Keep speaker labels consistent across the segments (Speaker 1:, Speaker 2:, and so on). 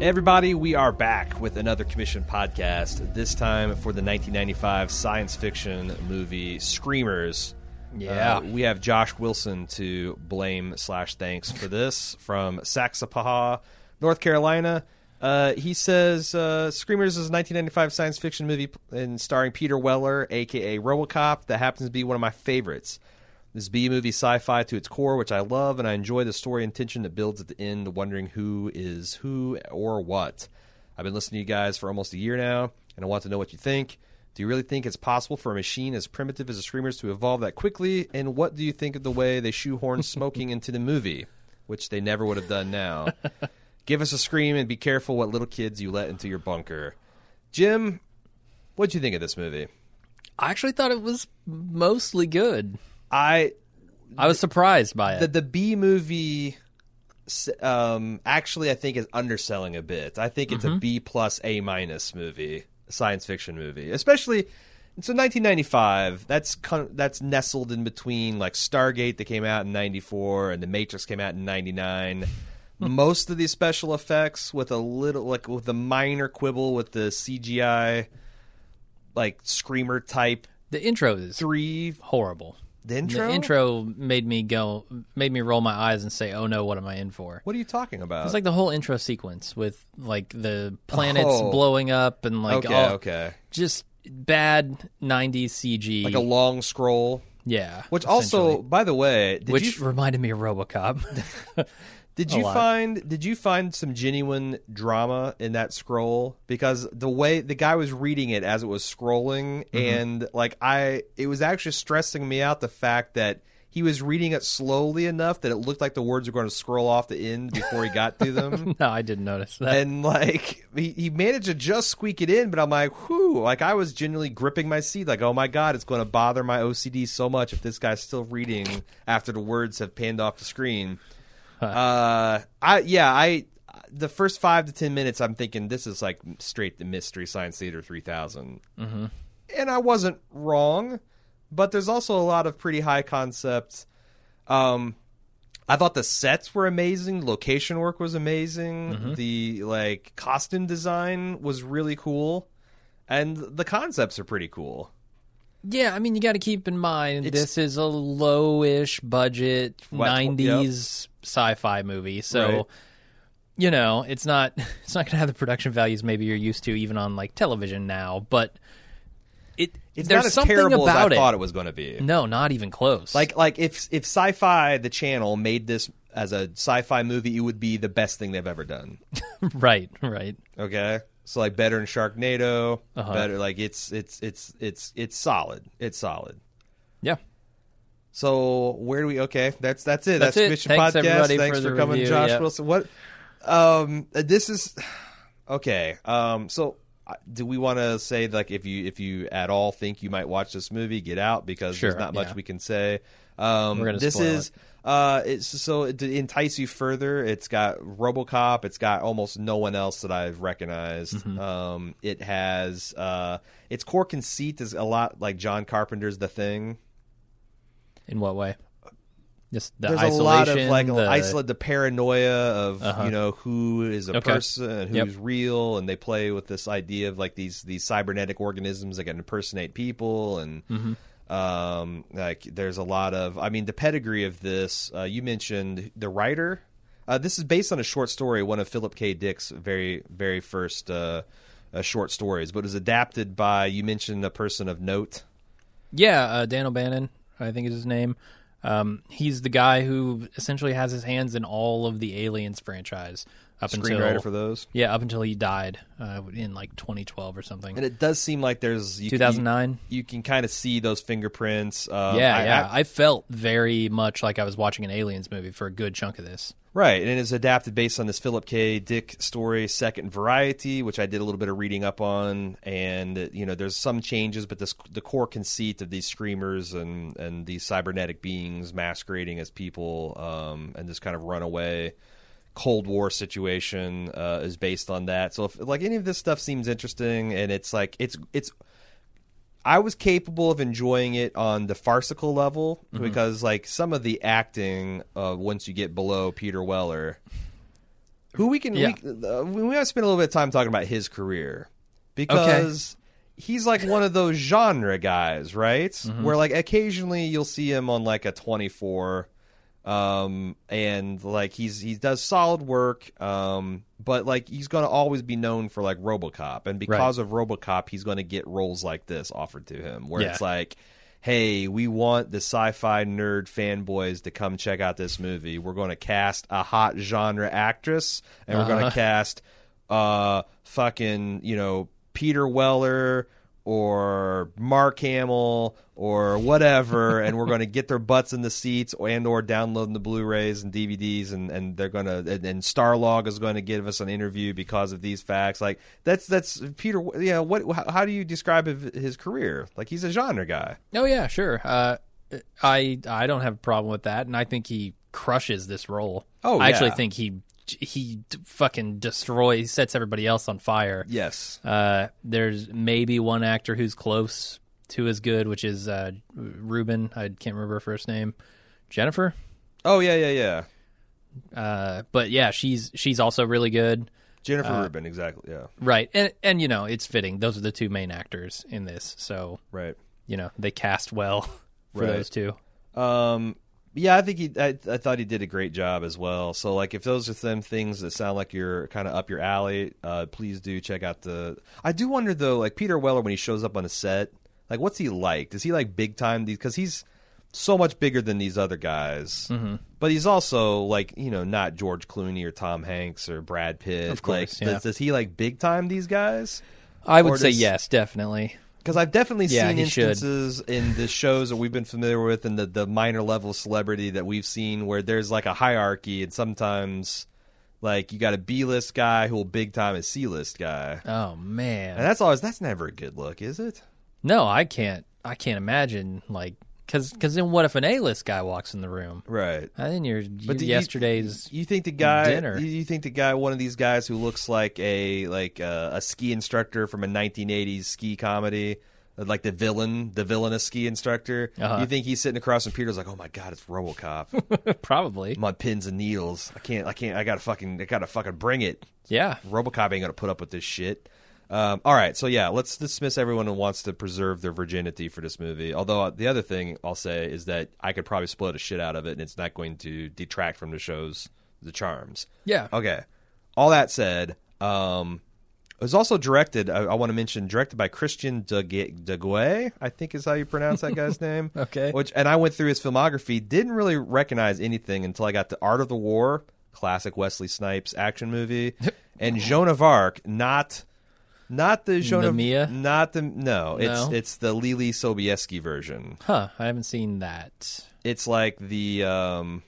Speaker 1: everybody, we are back with another commission podcast, this time for the 1995 science fiction movie Screamers.
Speaker 2: Yeah.
Speaker 1: Uh, we have Josh Wilson to blame slash thanks for this from Saxapaha, North Carolina. Uh, he says uh, Screamers is a 1995 science fiction movie p- and starring Peter Weller, aka RoboCop, that happens to be one of my favorites. This B movie sci-fi to its core, which I love, and I enjoy the story and tension that builds at the end, wondering who is who or what. I've been listening to you guys for almost a year now, and I want to know what you think. Do you really think it's possible for a machine as primitive as the Screamers to evolve that quickly? And what do you think of the way they shoehorn smoking into the movie, which they never would have done now? Give us a scream and be careful what little kids you let into your bunker. Jim, what'd you think of this movie?
Speaker 2: I actually thought it was mostly good.
Speaker 1: I
Speaker 2: I was surprised by it.
Speaker 1: the the B movie s- um actually I think is underselling a bit. I think it's a B plus A minus movie, a science fiction movie. Especially so 1995, that's con- that's nestled in between like Stargate that came out in 94 and The Matrix came out in 99. Most of these special effects with a little like with a minor quibble with the CGI like screamer type
Speaker 2: the intro is
Speaker 1: 3
Speaker 2: horrible.
Speaker 1: the intro?
Speaker 2: The intro made me go, made me roll my eyes and say, "Oh no, what am I in for?"
Speaker 1: What are you talking about?
Speaker 2: It's like the whole intro sequence with like the planets
Speaker 1: Oh.
Speaker 2: blowing up and like
Speaker 1: okay,
Speaker 2: all
Speaker 1: okay.
Speaker 2: just bad '90s CG.
Speaker 1: like a long scroll.
Speaker 2: yeah,
Speaker 1: Which also,
Speaker 2: essentially.
Speaker 1: by the way, did
Speaker 2: which
Speaker 1: you
Speaker 2: reminded me of RoboCop.
Speaker 1: did you
Speaker 2: lot.
Speaker 1: find did you find some genuine drama in that scroll? Because the way the guy was reading it as it was scrolling,
Speaker 2: Mm-hmm.
Speaker 1: and like I, it was actually stressing me out the fact that he was reading it slowly enough that it looked like the words were going to scroll off the end before he got to them.
Speaker 2: no, I didn't notice that.
Speaker 1: And like he, he managed to just squeak it in, but I'm like, whew, like I was genuinely gripping my seat, like, oh my god, it's going to bother my OCD so much if this guy's still reading after the words have panned off the screen. Uh, I yeah, I the first five to ten minutes, I'm thinking this is like straight the Mystery Science Theater 3000, mm-hmm. and I wasn't wrong, but there's also a lot of pretty high concepts. Um, I thought the sets were amazing. Location work was amazing.
Speaker 2: Mm-hmm.
Speaker 1: The like costume design was really cool, and the concepts are pretty cool.
Speaker 2: Yeah, I mean, you got to keep in mind
Speaker 1: It's-
Speaker 2: this is a low-ish budget
Speaker 1: What, tw-
Speaker 2: '90s sci-fi movie, so
Speaker 1: Right.
Speaker 2: you know it's not it's not going to have the production values maybe you're used to even on like television now. But it
Speaker 1: It's
Speaker 2: there's
Speaker 1: not as
Speaker 2: something
Speaker 1: terrible
Speaker 2: about
Speaker 1: as I
Speaker 2: it.
Speaker 1: thought it was going to be.
Speaker 2: No, not even close.
Speaker 1: Like like if if Sci-Fi the channel made this as a sci-fi movie, it would be the best thing they've ever done.
Speaker 2: right, right.
Speaker 1: Okay, so like better than Sharknado,
Speaker 2: Uh-huh.
Speaker 1: better like it's it's it's it's it's solid. It's solid.
Speaker 2: Yeah.
Speaker 1: So where do we? Okay, that's that's it. That's,
Speaker 2: That's it.
Speaker 1: Mission
Speaker 2: Thanks,
Speaker 1: Podcast.
Speaker 2: everybody,
Speaker 1: Thanks
Speaker 2: for
Speaker 1: for,
Speaker 2: the
Speaker 1: coming,
Speaker 2: review,
Speaker 1: Josh
Speaker 2: yeah.
Speaker 1: Wilson. What? Um, this is okay. Um, so uh, do we want to say like if you if you at all think you might watch this movie, get out because
Speaker 2: Sure,
Speaker 1: there's not much
Speaker 2: yeah.
Speaker 1: we can say. Um,
Speaker 2: We're gonna
Speaker 1: this
Speaker 2: spoil
Speaker 1: is uh, it's so to entice you further. It's got RoboCop. It's got almost no one else that I've recognized.
Speaker 2: Mm-hmm.
Speaker 1: Um, it has uh, its core conceit is a lot like John Carpenter's The Thing.
Speaker 2: In what way? Just the
Speaker 1: there's
Speaker 2: isolation.
Speaker 1: a lot of like
Speaker 2: the, Uh-huh.
Speaker 1: isolate the paranoia of you know who is a
Speaker 2: Okay.
Speaker 1: person and
Speaker 2: Yep.
Speaker 1: who's real and they play with this idea of like these these cybernetic organisms that can impersonate people and
Speaker 2: Mm-hmm.
Speaker 1: um like there's a lot of i mean the pedigree of this uh, you mentioned the writer uh, this is based on a short story one of philip k dick's very very first uh, uh, short stories but it was adapted by you mentioned a person of note
Speaker 2: Yeah, uh, Dan O'Bannon, I think is his name. Um, he's the guy who essentially has his hands in all of the Aliens franchise up until
Speaker 1: screenwriter for those
Speaker 2: yeah, up until he died uh, in like 2012 or something.
Speaker 1: and it does seem like there's you can- you-
Speaker 2: 2009.
Speaker 1: you can kind of see those fingerprints. Um,
Speaker 2: yeah,
Speaker 1: I-
Speaker 2: yeah.
Speaker 1: I-
Speaker 2: I, felt very much like I was watching an Aliens movie for a good chunk of this.
Speaker 1: right, and it's adapted based on this Philip K. Dick story, Second Variety, which I did a little bit of reading up on, and uh, you know, there's some changes, but this the core conceit of these screamers and and these cybernetic beings masquerading as people, um, and this kind of runaway. Cold War situation uh, is based on that. So if like any of this stuff seems interesting, and it's like it's it's I was capable of enjoying it on the farcical level because like some of the acting uh, once you get below Peter Weller who we can
Speaker 2: Yeah.
Speaker 1: we, uh, we we have to spend a little bit of time talking about his career because he's like one of those genre guys, right? Where like occasionally you'll see him on like a 24 um and like he's he does solid work um but like he's going to always be known for like RoboCop and because of RoboCop he's going to get roles like this offered to him where
Speaker 2: Yeah.
Speaker 1: it's like hey, we want the sci-fi nerd fanboys to come check out this movie. We're going to cast a hot genre actress, and we're going to cast uh fucking you know Peter Weller or Mark Hamill or whatever, and we're going to get their butts in the seats and or downloading the Blu-rays and DVDs, and and they're going to and, and Starlog is going to give us an interview because of these facts. Like that's that's Peter. Yeah, what? How, how do you describe his career? Like he's a genre guy.
Speaker 2: Oh yeah, sure. Uh, I I don't have a problem with that, and I think he crushes this role.
Speaker 1: Oh,
Speaker 2: I actually
Speaker 1: yeah.
Speaker 2: think he he d- fucking destroys, sets everybody else on fire.
Speaker 1: Yes.
Speaker 2: Uh, there's maybe one actor who's close to as good, which is uh, Ruben. I can't remember her first name. Jennifer.
Speaker 1: Oh yeah, yeah, yeah.
Speaker 2: Uh, but yeah, she's she's also really good.
Speaker 1: Jennifer Rubin, exactly. Yeah,
Speaker 2: Right, and and you know it's fitting. Those are the two main actors in this, so
Speaker 1: right.
Speaker 2: you know they cast well for
Speaker 1: Right.
Speaker 2: those two.
Speaker 1: Um, yeah, I think he. I, I thought he did a great job as well. So, like, if those are them things that sound like you're kind of up your alley, uh, please do check out the. I do wonder though, like Peter Weller when he shows up on a set, like, what's he like? Does he like big time these? Because he's so much bigger than these other guys, mm-hmm. but he's also like you know not George Clooney or Tom Hanks or Brad Pitt. Of like,
Speaker 2: course, yeah.
Speaker 1: does, does he like big time these guys?
Speaker 2: I
Speaker 1: Or
Speaker 2: would say
Speaker 1: does-
Speaker 2: yes, definitely.
Speaker 1: Because I've definitely
Speaker 2: Yeah,
Speaker 1: seen
Speaker 2: he should.
Speaker 1: instances in the shows that we've been familiar with and the, the minor level celebrity that we've seen where there's like a hierarchy and sometimes like you got a B list guy who will big time a C list guy.
Speaker 2: Oh man,
Speaker 1: And that's always that's never a good look, is it?
Speaker 2: No, I can't. I can't imagine like because because then what if an A list guy walks in the room?
Speaker 1: Right.
Speaker 2: I think you're you,
Speaker 1: do you-
Speaker 2: yesterday's.
Speaker 1: You think the guy
Speaker 2: Dinner.
Speaker 1: you- you think the guy one of these guys who looks like a like a, a ski instructor from a 1980s ski comedy uh, like the villain, the villainous ski instructor.
Speaker 2: Uh-huh.
Speaker 1: You think he's sitting across from Peter's like, "Oh my god, it's RoboCop."
Speaker 2: probably.
Speaker 1: my pins and needles. I can't. I can't. I gotta fucking. I gotta fucking bring it.
Speaker 2: Yeah.
Speaker 1: RoboCop ain't gonna put up with this shit. Um, all right, so yeah, let's dismiss everyone who wants to preserve their virginity for this movie. Although uh, the other thing I'll say is that I could probably split a shit out of it, and it's not going to detract from the show's the charms.
Speaker 2: Yeah.
Speaker 1: Okay. All that said, um, it was also directed. I, I want to mention directed by Christian Degue, Degue, I think is how you pronounce that guy's name.
Speaker 2: Okay.
Speaker 1: Which and I went through his filmography. Didn't really recognize anything until I got to Art of the War, classic Wesley Snipes action movie, and Joan of Arc. Not, not the Joan
Speaker 2: The
Speaker 1: of
Speaker 2: Mia?
Speaker 1: Not the no. It's
Speaker 2: No?
Speaker 1: it's the Lily Sobieski version
Speaker 2: Huh. I haven't seen that.
Speaker 1: it's like the um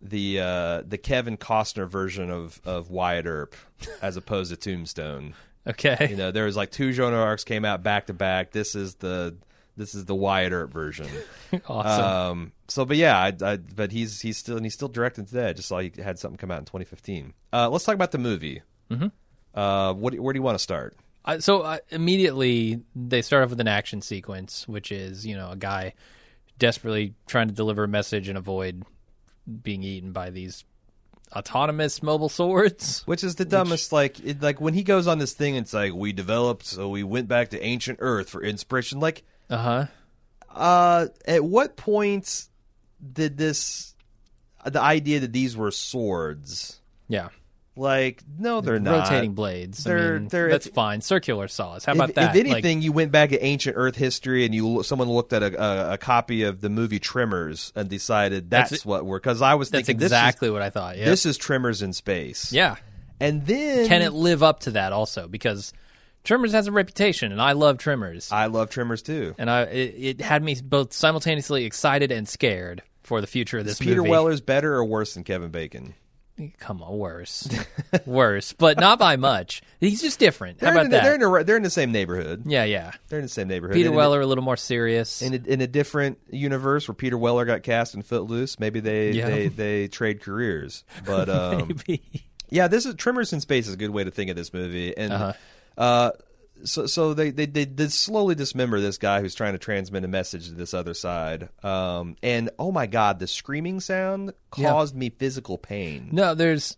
Speaker 1: the uh the Kevin Costner version of of Wyatt Earp as opposed to Tombstone.
Speaker 2: Okay.
Speaker 1: You know, there was like two Joan of Arcs came out back to back. This is the this is the Wyatt Earp version.
Speaker 2: awesome.
Speaker 1: um so but yeah, I, I but he's he's still and he's still directing today. I just saw he had something come out in 2015. Uh let's talk about the movie. Mm-hmm. Uh what where do you want to start?
Speaker 2: I, so uh, immediately they start off with an action sequence, which is you know a guy desperately trying to deliver a message and avoid being eaten by these autonomous mobile swords.
Speaker 1: Which is the dumbest? Like, it, like when he goes on this thing, it's like we developed, so we went back to ancient Earth for inspiration. Like,
Speaker 2: Uh huh.
Speaker 1: Uh, at what point did this the idea that these were swords?
Speaker 2: Yeah.
Speaker 1: Like, no, they're not
Speaker 2: rotating blades.
Speaker 1: They're-
Speaker 2: I mean,
Speaker 1: they're-
Speaker 2: that's fine. Circular saws. How about
Speaker 1: if,
Speaker 2: that?
Speaker 1: If
Speaker 2: Like,
Speaker 1: anything, you went back to ancient Earth history and you lo- someone looked at a, a, a copy of the movie Tremors and decided that's,
Speaker 2: That's-
Speaker 1: what we're because I was
Speaker 2: that's
Speaker 1: thinking
Speaker 2: exactly what I thought. Yeah.
Speaker 1: this is, this is Tremors in space.
Speaker 2: yeah.
Speaker 1: and then
Speaker 2: Can it live up to that also? Because Tremors has a reputation, and I love Tremors,
Speaker 1: I love Tremors too.
Speaker 2: and I it, it had me both simultaneously excited and scared for the future of this
Speaker 1: Peter
Speaker 2: movie.
Speaker 1: Weller's better or worse than Kevin Bacon?
Speaker 2: Come on, worse, worse, but not by much. He's just different. How
Speaker 1: They're
Speaker 2: about
Speaker 1: in,
Speaker 2: that?
Speaker 1: They're in, a, they're in the same neighborhood.
Speaker 2: yeah, yeah.
Speaker 1: They're in the same neighborhood.
Speaker 2: Peter
Speaker 1: And it-
Speaker 2: Weller a little more serious.
Speaker 1: in a, in a different universe where Peter Weller got cast in Footloose, maybe they
Speaker 2: Yeah.
Speaker 1: they, they trade careers. But um,
Speaker 2: Maybe.
Speaker 1: yeah, this is Tremors in Space is a good way to think of this movie. And
Speaker 2: Uh-huh.
Speaker 1: uh so so they, they they did slowly dismember this guy who's trying to transmit a message to this other side. Um, and oh my god, the screaming sound
Speaker 2: Yeah.
Speaker 1: caused me physical pain.
Speaker 2: No, there's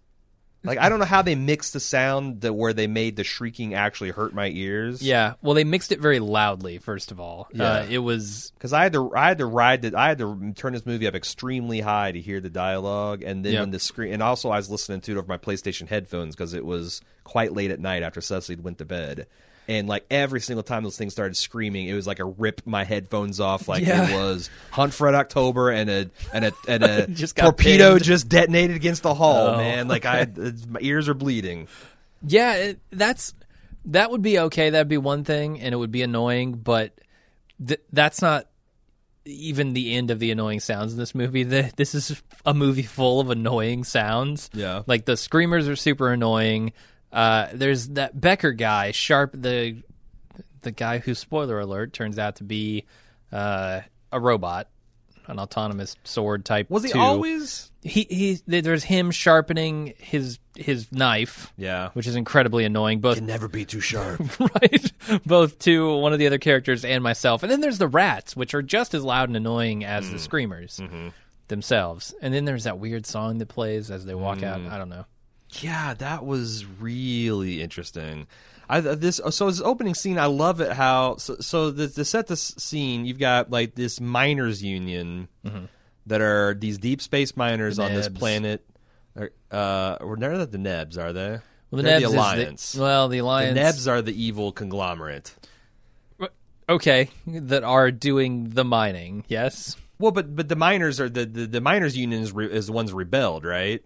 Speaker 1: Like I don't know how they mixed the sound that where they made the shrieking actually hurt my ears.
Speaker 2: Yeah. Well, they mixed it very loudly. First of all,
Speaker 1: Yeah.
Speaker 2: uh, it was
Speaker 1: because I had to I had to ride the, I had to turn this movie up extremely high to hear the dialogue, and then
Speaker 2: Yep.
Speaker 1: when the screen and also I was listening to it over my PlayStation headphones because it was quite late at night after Cecily went to bed. And like every single time those things started screaming, it was like a rip my headphones off, like it
Speaker 2: Yeah.
Speaker 1: was Hunt for Red October and a and a and a
Speaker 2: Just got
Speaker 1: torpedo
Speaker 2: pinned.
Speaker 1: just detonated against the hull,
Speaker 2: Oh.
Speaker 1: man. Like I, it's- my ears are bleeding.
Speaker 2: yeah. It, that's that would be okay. That'd be one thing, and it would be annoying, but th- that's not even the end of the annoying sounds in this movie. The, this is a movie full of annoying sounds.
Speaker 1: Yeah.
Speaker 2: like the screamers are super annoying. Uh, there's that Becker guy, Sharp, the the guy who, spoiler alert, turns out to be uh, a robot, an autonomous sword type.
Speaker 1: Was he
Speaker 2: two.
Speaker 1: always?
Speaker 2: He he. There's him sharpening his his knife.
Speaker 1: Yeah.
Speaker 2: Which is incredibly annoying, both
Speaker 1: Never be too sharp.
Speaker 2: right, both to one of the other characters and myself. And then there's the rats, which are just as loud and annoying as
Speaker 1: Mm.
Speaker 2: the screamers
Speaker 1: Mm-hmm.
Speaker 2: themselves. And then there's that weird song that plays as they walk out.
Speaker 1: Mm.
Speaker 2: I don't know.
Speaker 1: Yeah, that was really interesting. I this uh, so this opening scene, I love it how so, so the, to set this scene, you've got like this miners union that are these deep space miners on this
Speaker 2: Mm-hmm. Nebs.
Speaker 1: planet. Or, Uh, or they're not the Nebs, are they?
Speaker 2: Well, the
Speaker 1: They're
Speaker 2: Nebs is the-
Speaker 1: alliance.
Speaker 2: well, the
Speaker 1: the
Speaker 2: alliance.
Speaker 1: Nebs are the evil conglomerate.
Speaker 2: okay, that are doing the mining. Yes.
Speaker 1: Well, but but the miners are the the, the miners union is, re, is the ones rebelled, right?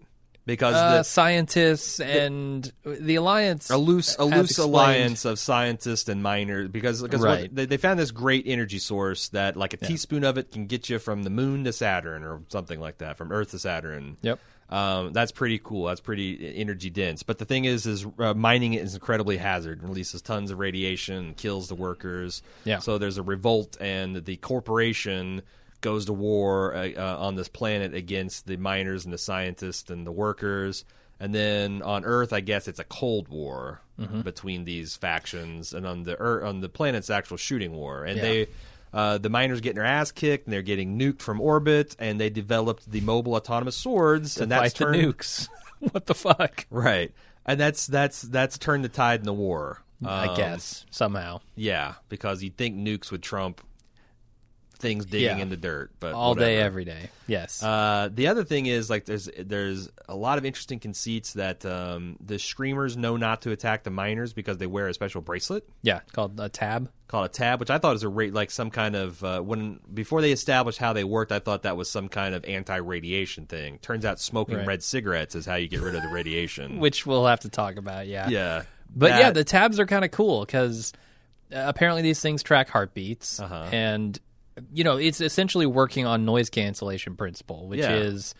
Speaker 1: Because
Speaker 2: Uh,
Speaker 1: the,
Speaker 2: scientists and the alliance.
Speaker 1: a loose a
Speaker 2: as
Speaker 1: loose
Speaker 2: explained.
Speaker 1: alliance of scientists and miners because because what-
Speaker 2: Right.
Speaker 1: they, they found this great energy source that like a teaspoon of it can get you from the moon to Saturn or something like that from Earth to Saturn.
Speaker 2: Yep.
Speaker 1: Um, that's pretty cool. That's pretty energy dense. But the thing is, is uh, mining it is incredibly hazard. Releases tons of radiation, kills the workers.
Speaker 2: Yeah.
Speaker 1: So there's a revolt, and the corporation goes to war uh, uh, on this planet against the miners and the scientists and the workers. And then on Earth, I guess it's a cold war
Speaker 2: Mm-hmm.
Speaker 1: between these factions, and on the Earth, on the planet's actual shooting war. And
Speaker 2: Yeah.
Speaker 1: they uh, the miners getting their ass kicked and they're getting nuked from orbit and they developed the mobile autonomous swords and that's
Speaker 2: fight the
Speaker 1: turned
Speaker 2: nukes. what the fuck?
Speaker 1: right and that's that's that's turned the tide in the war
Speaker 2: I
Speaker 1: Um,
Speaker 2: guess somehow
Speaker 1: yeah because you'd think nukes would trump things digging
Speaker 2: Yeah.
Speaker 1: in the dirt but
Speaker 2: all day
Speaker 1: whatever.
Speaker 2: every day. Yes.
Speaker 1: Uh, the other thing is like there's there's a lot of interesting conceits that um, the screamers know not to attack the miners because they wear a special bracelet
Speaker 2: yeah. Called a tab.
Speaker 1: called a tab, which I thought was a rate like some kind of uh, when before they established how they worked, I thought that was some kind of anti-radiation thing. Turns out smoking
Speaker 2: Right.
Speaker 1: red cigarettes is how you get rid of the radiation.
Speaker 2: which we'll have to talk about. Yeah.
Speaker 1: yeah,
Speaker 2: But
Speaker 1: That-
Speaker 2: yeah, the tabs are kind of cool because uh, apparently these things track heartbeats,
Speaker 1: Uh-huh.
Speaker 2: and you know it's essentially working on noise cancellation principle, which
Speaker 1: Yeah.
Speaker 2: is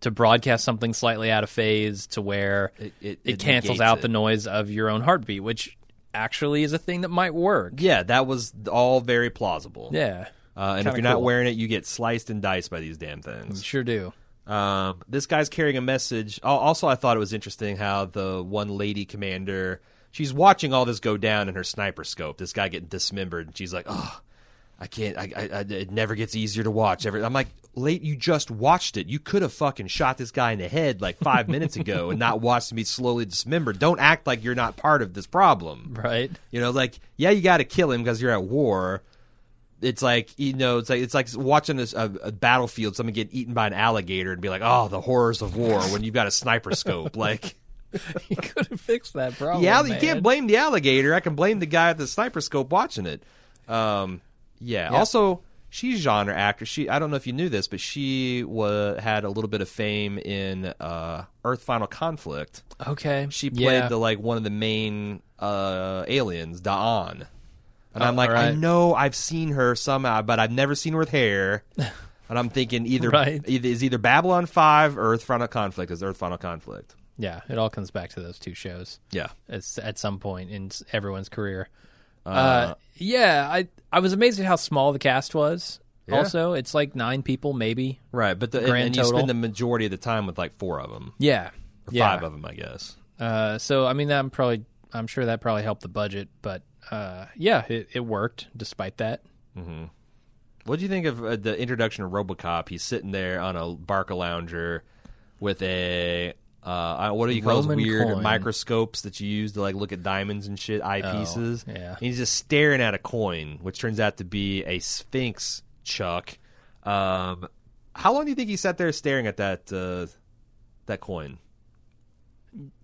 Speaker 2: to broadcast something slightly out of phase to where
Speaker 1: It- it- it
Speaker 2: cancels
Speaker 1: negates
Speaker 2: out
Speaker 1: it.
Speaker 2: the noise of your own heartbeat, which actually is a thing that might work.
Speaker 1: yeah, that was all very plausible.
Speaker 2: Yeah,
Speaker 1: Uh, and if
Speaker 2: Kinda
Speaker 1: you're not
Speaker 2: cool.
Speaker 1: wearing it, you get sliced and diced by these damn things.
Speaker 2: sure do.
Speaker 1: Um, this guy's carrying a message. Al- Also, I thought it was interesting how the one lady commander she's watching all this go down in her sniper scope. This guy getting dismembered, and she's like, "Oh, I can't. I, I, I it never gets easier to watch." Every I'm like, "Late, you just watched it. You could have fucking shot this guy in the head like five minutes ago and not watched him be slowly dismembered. Don't act like you're not part of this problem."
Speaker 2: Right?
Speaker 1: You know, like yeah, you got to kill him because you're at war. It's like you know, it's like it's like watching this, a, a battlefield, someone get eaten by an alligator, and be like, "Oh, the horrors of war!" When you've got a sniper scope, like
Speaker 2: you could have fixed that problem.
Speaker 1: yeah, you
Speaker 2: Oh, man.
Speaker 1: can't blame the alligator. I can blame the guy at the sniper scope watching it. Um, yeah. Also, she's a genre actor. She I don't know if you knew this, but she wa- had a little bit of fame in uh, Earth Final Conflict.
Speaker 2: Okay,
Speaker 1: She played
Speaker 2: Yeah.
Speaker 1: the like one of the main uh, aliens, Daan. And I'm like, I
Speaker 2: alright.
Speaker 1: know I've seen her somehow, but I've never seen her with hair. and I'm thinking either,
Speaker 2: Right.
Speaker 1: either is either Babylon Five or Earth Final Conflict is Earth Final Conflict.
Speaker 2: yeah. It all comes back to those two shows.
Speaker 1: Yeah.
Speaker 2: at, at some point in s- everyone's career. Uh, yeah, I I was amazed at how small the cast was.
Speaker 1: Yeah.
Speaker 2: Also, it's like nine people, maybe.
Speaker 1: Right, but the and,
Speaker 2: Grand
Speaker 1: and you
Speaker 2: total.
Speaker 1: spend the majority of the time with like four of them
Speaker 2: Yeah,
Speaker 1: or
Speaker 2: yeah.
Speaker 1: five of them, I guess.
Speaker 2: Uh, so I mean, that probably I'm sure that probably helped the budget, but uh, yeah, it, it worked despite that.
Speaker 1: What do you think of uh, the introduction of RoboCop? He's sitting there on a Barca lounger with a Uh, I- what do you call
Speaker 2: Roman
Speaker 1: those weird
Speaker 2: coin. Oh,
Speaker 1: microscopes that you use to like look at diamonds and shit, eyepieces?
Speaker 2: yeah.
Speaker 1: And he's just staring at a coin, which turns out to be a Sphinx Chuck. Um, how long do you think he sat there staring at that uh, that coin?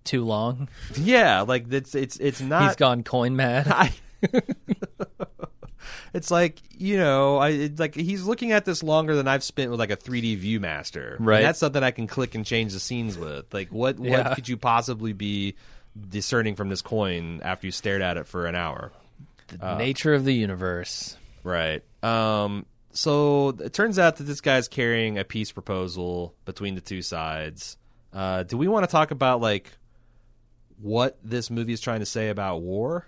Speaker 2: Too long.
Speaker 1: Yeah, like it's it's it's
Speaker 2: He's
Speaker 1: not.
Speaker 2: gone coin mad.
Speaker 1: I, it's like you know, I it's like he's looking at this longer than I've spent with like a 3D ViewMaster. And
Speaker 2: Right.
Speaker 1: that's something I can click and change the scenes with. Like, what what
Speaker 2: Yeah.
Speaker 1: could you possibly be discerning from this coin after you stared at it for an hour?
Speaker 2: The nature of the universe.
Speaker 1: Right. Um. So it turns out that this guy's carrying a peace proposal between the two sides. Uh, do we want to talk about like what this movie is trying to say about war?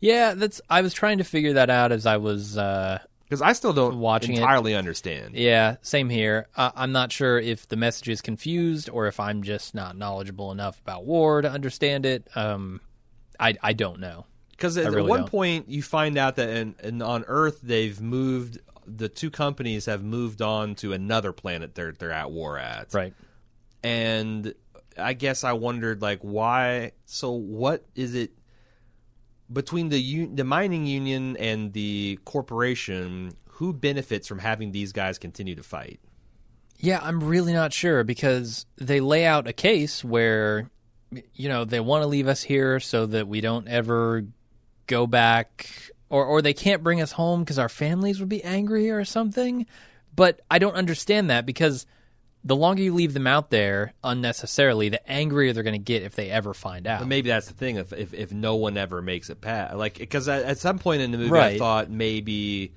Speaker 2: Yeah, that's. I was trying to figure that out as I was. Uh,
Speaker 1: Because I still don't
Speaker 2: Watching it.
Speaker 1: entirely understand.
Speaker 2: yeah, same here. Uh, I'm not sure if the message is confused or if I'm just not knowledgeable enough about war to understand it. Um, I I don't know.
Speaker 1: Because
Speaker 2: I
Speaker 1: at
Speaker 2: really
Speaker 1: one
Speaker 2: don't.
Speaker 1: point, you find out that in, in, on Earth, they've moved, the two companies have moved on to another planet they're, they're at war at.
Speaker 2: Right.
Speaker 1: And I guess I wondered, like, why? So, what is it between the, u- the mining union and the corporation? Who benefits from having these guys continue to fight?
Speaker 2: Yeah, I'm really not sure because they lay out a case where, you know, they want to leave us here so that we don't ever go back, or or they can't bring us home because our families would be angry or something. But I don't understand that because the longer you leave them out there unnecessarily, the angrier they're going to get if they ever find out.
Speaker 1: But maybe that's the thing. If if, if no one ever makes it past, like because at, at some point in the movie, I
Speaker 2: Right.
Speaker 1: thought maybe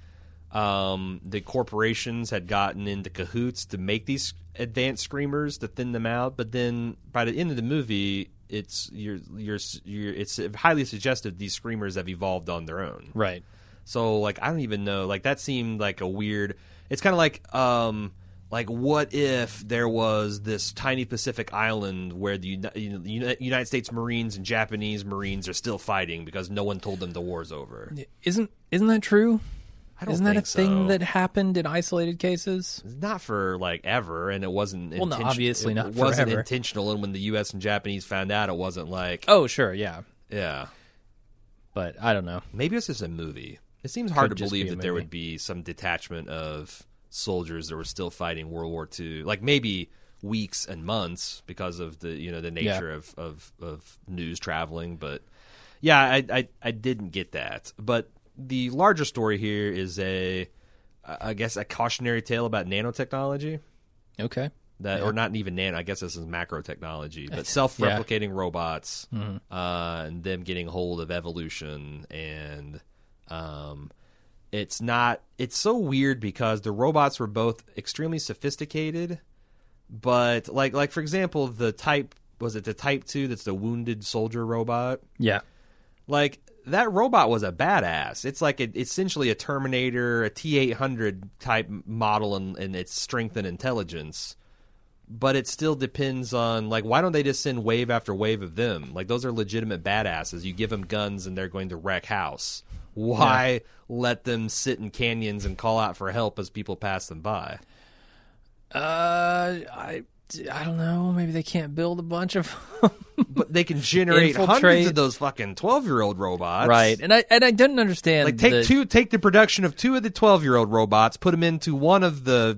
Speaker 1: um, the corporations had gotten into cahoots to make these advanced screamers to thin them out. But then by the end of the movie, it's you're you're, you're it's highly suggested these screamers have evolved on their own.
Speaker 2: Right.
Speaker 1: So like I don't even know. Like that seemed like a weird. It's kind of like um like what if there was this tiny Pacific island where the Uni- you know, the Uni- United States Marines and Japanese Marines are still fighting because no one told them the war's over.
Speaker 2: Isn't isn't that true?
Speaker 1: I don't
Speaker 2: isn't that
Speaker 1: think
Speaker 2: a thing
Speaker 1: so.
Speaker 2: that happened in isolated cases?
Speaker 1: Not for like ever, and it wasn't.
Speaker 2: Well, no,
Speaker 1: intention-
Speaker 2: obviously
Speaker 1: it
Speaker 2: not
Speaker 1: wasn't
Speaker 2: forever.
Speaker 1: intentional. And when the U.S. and Japanese found out, it wasn't like
Speaker 2: Oh, sure, yeah,
Speaker 1: yeah.
Speaker 2: but I don't know.
Speaker 1: Maybe this is a movie. It seems hard
Speaker 2: Could
Speaker 1: to
Speaker 2: just
Speaker 1: believe
Speaker 2: be a
Speaker 1: that there
Speaker 2: movie.
Speaker 1: would be some detachment of soldiers that were still fighting World War II, like maybe weeks and months because of the you know the nature of, of of news traveling. But yeah, I, I I didn't get that. But the larger story here is a I guess a cautionary tale about nanotechnology
Speaker 2: Okay.
Speaker 1: that or not even nano. I guess this is macro technology, but self-replicating robots uh, and them getting hold of evolution and um, it's not. It's so weird because the robots were both extremely sophisticated, but like like for example, the type was it the type two that's the wounded soldier robot
Speaker 2: Yeah.
Speaker 1: like that robot was a badass. It's like a, essentially a Terminator, a T eight hundred type model in, in its strength and intelligence. But it still depends on like why don't they just send wave after wave of them? Like those are legitimate badasses. You give them guns and they're going to wreck house. Why let them sit in canyons and call out for help as people pass them by?
Speaker 2: Uh, I, I don't know. Maybe they can't build a bunch of 'em.
Speaker 1: But they can generate hundreds
Speaker 2: Infiltrate.
Speaker 1: of those fucking twelve year old robots,
Speaker 2: right. And I and I didn't understand.
Speaker 1: Like take
Speaker 2: the-
Speaker 1: two, take the production of two of the twelve-year-old robots, put them into one of the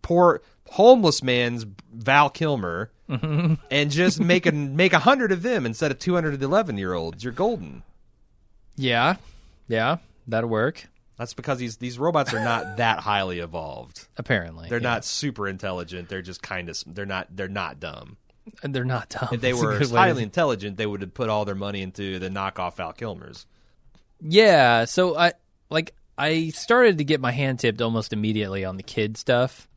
Speaker 1: poor homeless man's Val Kilmer,
Speaker 2: Mm-hmm.
Speaker 1: and just make a make a hundred of them instead of two hundred of the eleven-year-olds. You're golden.
Speaker 2: Yeah, yeah, that'll work.
Speaker 1: That's because these these robots are not that highly evolved.
Speaker 2: Apparently,
Speaker 1: They're
Speaker 2: yeah.
Speaker 1: not super intelligent. They're just kind of they're not they're not dumb.
Speaker 2: They're not dumb.
Speaker 1: If they
Speaker 2: That's a
Speaker 1: were
Speaker 2: good way to-
Speaker 1: highly intelligent, they would have put all their money into the knockoff Val Kilmers.
Speaker 2: Yeah. So I like I started to get my hand tipped almost immediately on the kid stuff.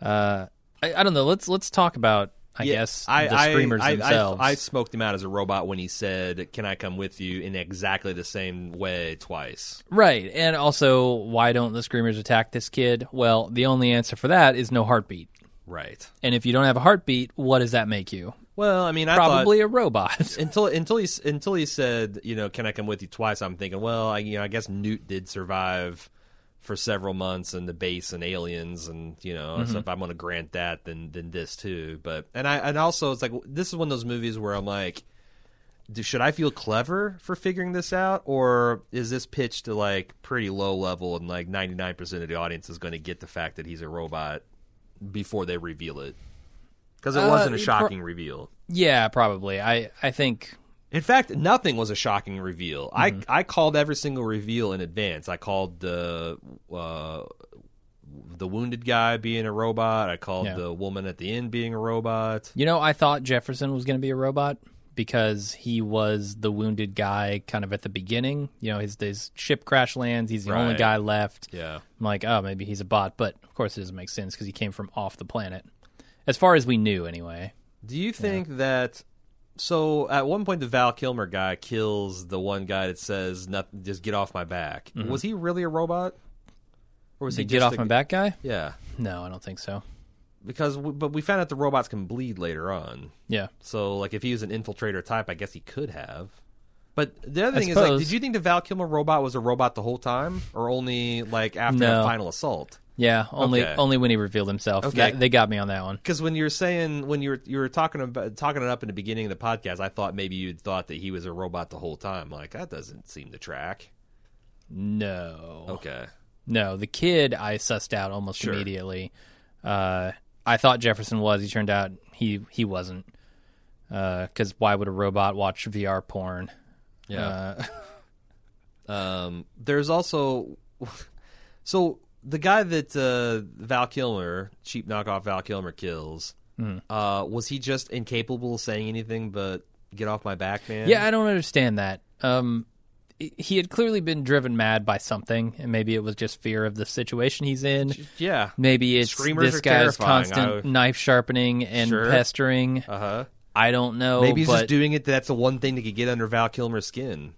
Speaker 2: Uh, I, I don't know. Let's let's talk about. I
Speaker 1: Yeah,
Speaker 2: guess the screamers
Speaker 1: I, I-
Speaker 2: themselves.
Speaker 1: I, smoked him out as a robot when he said, "Can I come with you?" in exactly the same way twice.
Speaker 2: Right. And also, why don't the screamers attack this kid? Well, the only answer for that is no heartbeat.
Speaker 1: Right.
Speaker 2: And if you don't have a heartbeat, what does that make you?
Speaker 1: Well, I mean, I
Speaker 2: Probably a robot.
Speaker 1: thought until until he s- until he said, "You know, can I come with you twice?" I'm thinking, well, I, you know, I guess Newt did survive for several months and the base and aliens and you know
Speaker 2: Mm-hmm.
Speaker 1: so if I'm going to grant that then then this too but and I and also it's like this is one of those movies where I'm like do, should I feel clever for figuring this out or is this pitched to like pretty low level and like 99% of the audience is going to get the fact that he's a robot before they reveal it because it
Speaker 2: Uh,
Speaker 1: wasn't a
Speaker 2: it pro-
Speaker 1: shocking reveal
Speaker 2: Yeah, probably. I I think
Speaker 1: in fact, nothing was a shocking reveal.
Speaker 2: Mm-hmm.
Speaker 1: I I called every single reveal in advance. I called the uh, the wounded guy being a robot. I called
Speaker 2: Yeah.
Speaker 1: the woman at the end being a robot.
Speaker 2: you know I thought Jefferson was going to be a robot because he was the wounded guy kind of at the beginning. You know, his his ship crash lands. He's the only
Speaker 1: Right.
Speaker 2: guy left.
Speaker 1: Yeah,
Speaker 2: I'm like, oh, maybe he's a bot, but of course it doesn't make sense because he came from off the planet, as far as we knew anyway.
Speaker 1: Do you think that? So at one point, the Val Kilmer guy kills the one guy that says "nothing, just get off my back." Was he really a robot, or was
Speaker 2: Did he
Speaker 1: he
Speaker 2: Mm-hmm. get
Speaker 1: just
Speaker 2: off
Speaker 1: a-
Speaker 2: my back, guy?
Speaker 1: Yeah,
Speaker 2: No, I don't think so.
Speaker 1: because we, but we found out the robots can bleed later on.
Speaker 2: Yeah,
Speaker 1: So like if he was an infiltrator type, I guess he could have. But the other
Speaker 2: I
Speaker 1: thing is like,
Speaker 2: suppose.
Speaker 1: did you think the Val Kilmer robot was a robot the whole time, or only like after
Speaker 2: No.
Speaker 1: the final assault?
Speaker 2: yeah. Only
Speaker 1: Okay.
Speaker 2: only when he revealed himself.
Speaker 1: Okay.
Speaker 2: That- they got me on that one.
Speaker 1: Because when you were saying when you were you were talking about talking it up in the beginning of the podcast, I thought maybe you thought that he was a robot the whole time. Like that doesn't seem to track.
Speaker 2: No.
Speaker 1: Okay,
Speaker 2: No, the kid I sussed out almost
Speaker 1: Sure.
Speaker 2: immediately. Uh, I thought Jefferson was. He turned out he he wasn't. Because why would a robot watch VR porn? Uh,
Speaker 1: Um, there's also so the guy that uh, Val Kilmer, cheap knockoff Val Kilmer, kills. Uh, was he just incapable of saying anything but "get off my back, man"?
Speaker 2: yeah, I don't understand that. Um, he- he had clearly been driven mad by something, and maybe it was just fear of the situation he's in.
Speaker 1: yeah.
Speaker 2: Maybe it's
Speaker 1: Screamers
Speaker 2: this
Speaker 1: are
Speaker 2: guy's
Speaker 1: terrifying.
Speaker 2: constant
Speaker 1: I-
Speaker 2: knife sharpening and
Speaker 1: Sure.
Speaker 2: pestering.
Speaker 1: Uh huh.
Speaker 2: I don't know.
Speaker 1: Maybe he's
Speaker 2: but
Speaker 1: just doing it. That's the one thing that could get under Val Kilmer's skin.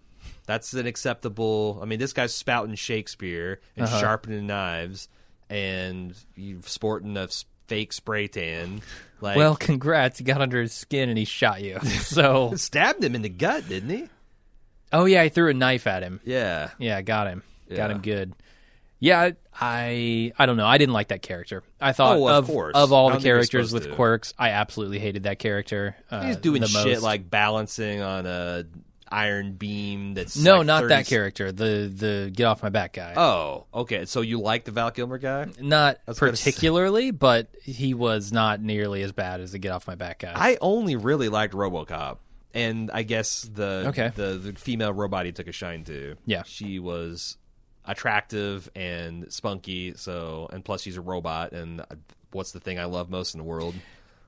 Speaker 1: That's an acceptable. I mean, this guy's spouting Shakespeare and sharpening knives and you sporting a s- fake spray tan. Like,
Speaker 2: well, congrats. He got under his skin and he shot you. so,
Speaker 1: stabbed him in the gut, didn't he?
Speaker 2: oh yeah, he threw a knife at him.
Speaker 1: Yeah.
Speaker 2: Yeah, got him. Got
Speaker 1: Yeah.
Speaker 2: him good. Yeah, I I don't know. I didn't like that character. I thought
Speaker 1: Oh, of
Speaker 2: of
Speaker 1: course.
Speaker 2: of all
Speaker 1: I
Speaker 2: the
Speaker 1: don't think you're
Speaker 2: characters
Speaker 1: supposed
Speaker 2: with
Speaker 1: to.
Speaker 2: quirks, I absolutely hated that character. Uh,
Speaker 1: He's doing
Speaker 2: the
Speaker 1: shit
Speaker 2: most.
Speaker 1: like balancing on a iron beam. That's
Speaker 2: no,
Speaker 1: like
Speaker 2: not
Speaker 1: 30
Speaker 2: that character. The the get off my back guy.
Speaker 1: Oh, okay. So you like the Val Kilmer guy?
Speaker 2: not
Speaker 1: was gonna say-
Speaker 2: particularly, but he was not nearly as bad as the get off my back guy.
Speaker 1: I only really liked RoboCop, and I guess the
Speaker 2: Okay.
Speaker 1: the, the female robot he took a shine to.
Speaker 2: Yeah.
Speaker 1: she was attractive and spunky. So, and plus she's a robot. And what's the thing I love most in the world?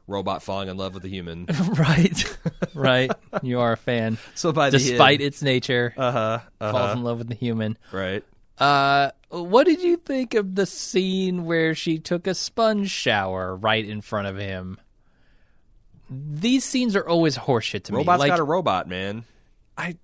Speaker 1: Robot falling in love with a human.
Speaker 2: right, right. You are a fan,
Speaker 1: So by the
Speaker 2: despite
Speaker 1: end,
Speaker 2: its nature,
Speaker 1: uh huh,
Speaker 2: falls in love with the human.
Speaker 1: right.
Speaker 2: Uh, what did you think of the scene where she took a sponge shower right in front of him? These scenes are always horseshit to
Speaker 1: Robots
Speaker 2: me. Like,
Speaker 1: got a robot, man.
Speaker 2: I-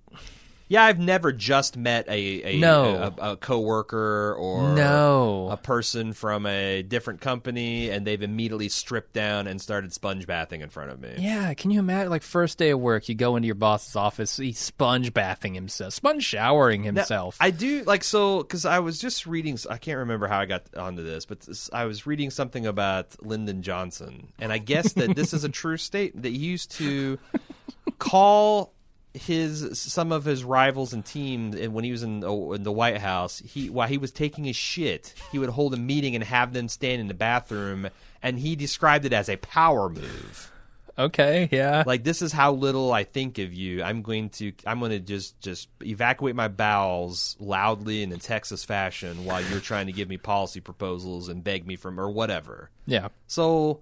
Speaker 1: yeah, I've never just met a a,
Speaker 2: No.
Speaker 1: a, a coworker or
Speaker 2: No.
Speaker 1: a person from a different company, and they've immediately stripped down and started sponge bathing in front of me.
Speaker 2: yeah, can you imagine? Like first day of work, you go into your boss's office, he's sponge bathing himself, sponge showering
Speaker 1: Now,
Speaker 2: himself.
Speaker 1: I do like so because I was just reading. I can't remember how I got onto this, but this- I was reading something about Lyndon Johnson, and I guess that this is a true statement that he used to call his some of his rivals and team and when he was in, oh, in the White House. He while he was taking his shit, he would hold a meeting and have them stand in the bathroom, and he described it as a power move
Speaker 2: okay, yeah,
Speaker 1: like this is how little I think of you. I'm going to I'm going to just just evacuate my bowels loudly and in Texas fashion while you're trying to give me policy proposals and beg me from or whatever.
Speaker 2: yeah,
Speaker 1: So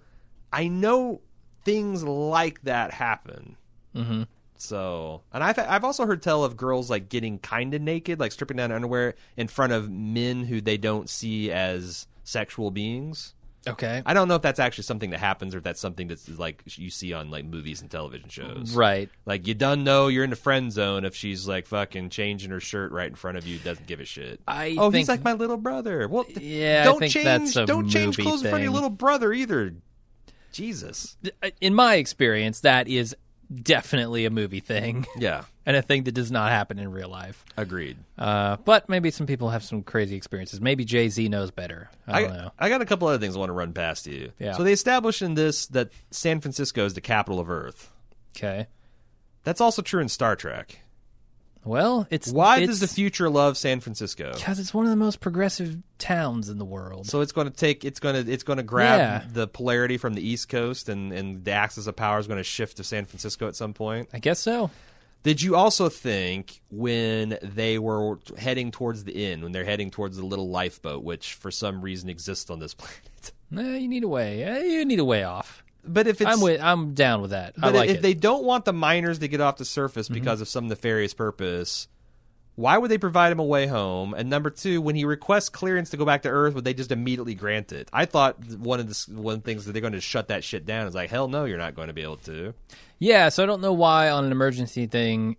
Speaker 1: I know things like that happen.
Speaker 2: hmm
Speaker 1: So and I've I've also heard tell of girls like getting kind of naked, like stripping down underwear in front of men who they don't see as sexual beings.
Speaker 2: okay,
Speaker 1: I don't know if that's actually something that happens or if that's something that's like you see on like movies and television shows.
Speaker 2: right.
Speaker 1: Like you done know you're in the friend zone if she's like fucking changing her shirt right in front of you, doesn't give a shit.
Speaker 2: I
Speaker 1: oh,
Speaker 2: think
Speaker 1: he's like my little brother. Well, th-
Speaker 2: Yeah, I
Speaker 1: don't
Speaker 2: think
Speaker 1: change,
Speaker 2: that's a
Speaker 1: don't change
Speaker 2: movie
Speaker 1: clothes in front of your
Speaker 2: thing.
Speaker 1: little brother either. Jesus.
Speaker 2: uh, in my experience, that is definitely a movie thing.
Speaker 1: Yeah.
Speaker 2: and a thing that does not happen in real life.
Speaker 3: Agreed.
Speaker 2: Uh, but maybe some people have some crazy experiences. Maybe Jay Z knows better. I don't know.
Speaker 1: got a couple other things I want to run past you.
Speaker 2: Yeah.
Speaker 1: So they established in this that San Francisco is the capital of Earth.
Speaker 2: Okay.
Speaker 1: That's also true in Star Trek.
Speaker 2: Well, it's
Speaker 1: Why
Speaker 2: it's,
Speaker 1: does the future love San Francisco?
Speaker 2: because it's one of the most progressive towns in the world.
Speaker 1: So it's going to take it's going to it's going to grab
Speaker 2: Yeah.
Speaker 1: the polarity from the East Coast and and the axis of power is going to shift to San Francisco at some point.
Speaker 2: I guess so.
Speaker 1: Did you also think when they were heading towards the end, when they're heading towards the little lifeboat, which for some reason exists on this planet?
Speaker 2: Eh, you need a way. eh, you need a way off.
Speaker 1: But if it's
Speaker 2: I'm with, I'm down with that. I
Speaker 1: But
Speaker 2: like
Speaker 1: if
Speaker 2: it. Mm-hmm.
Speaker 1: they don't want the miners to get off the surface because of some nefarious purpose, why would they provide him a way home? And number two, when he requests clearance to go back to Earth, would they just immediately grant it? I thought th- one of the s- one of the things that they're going to shut that shit down is like, hell no, you're not going to be able to.
Speaker 2: Yeah, so I don't know why on an emergency thing.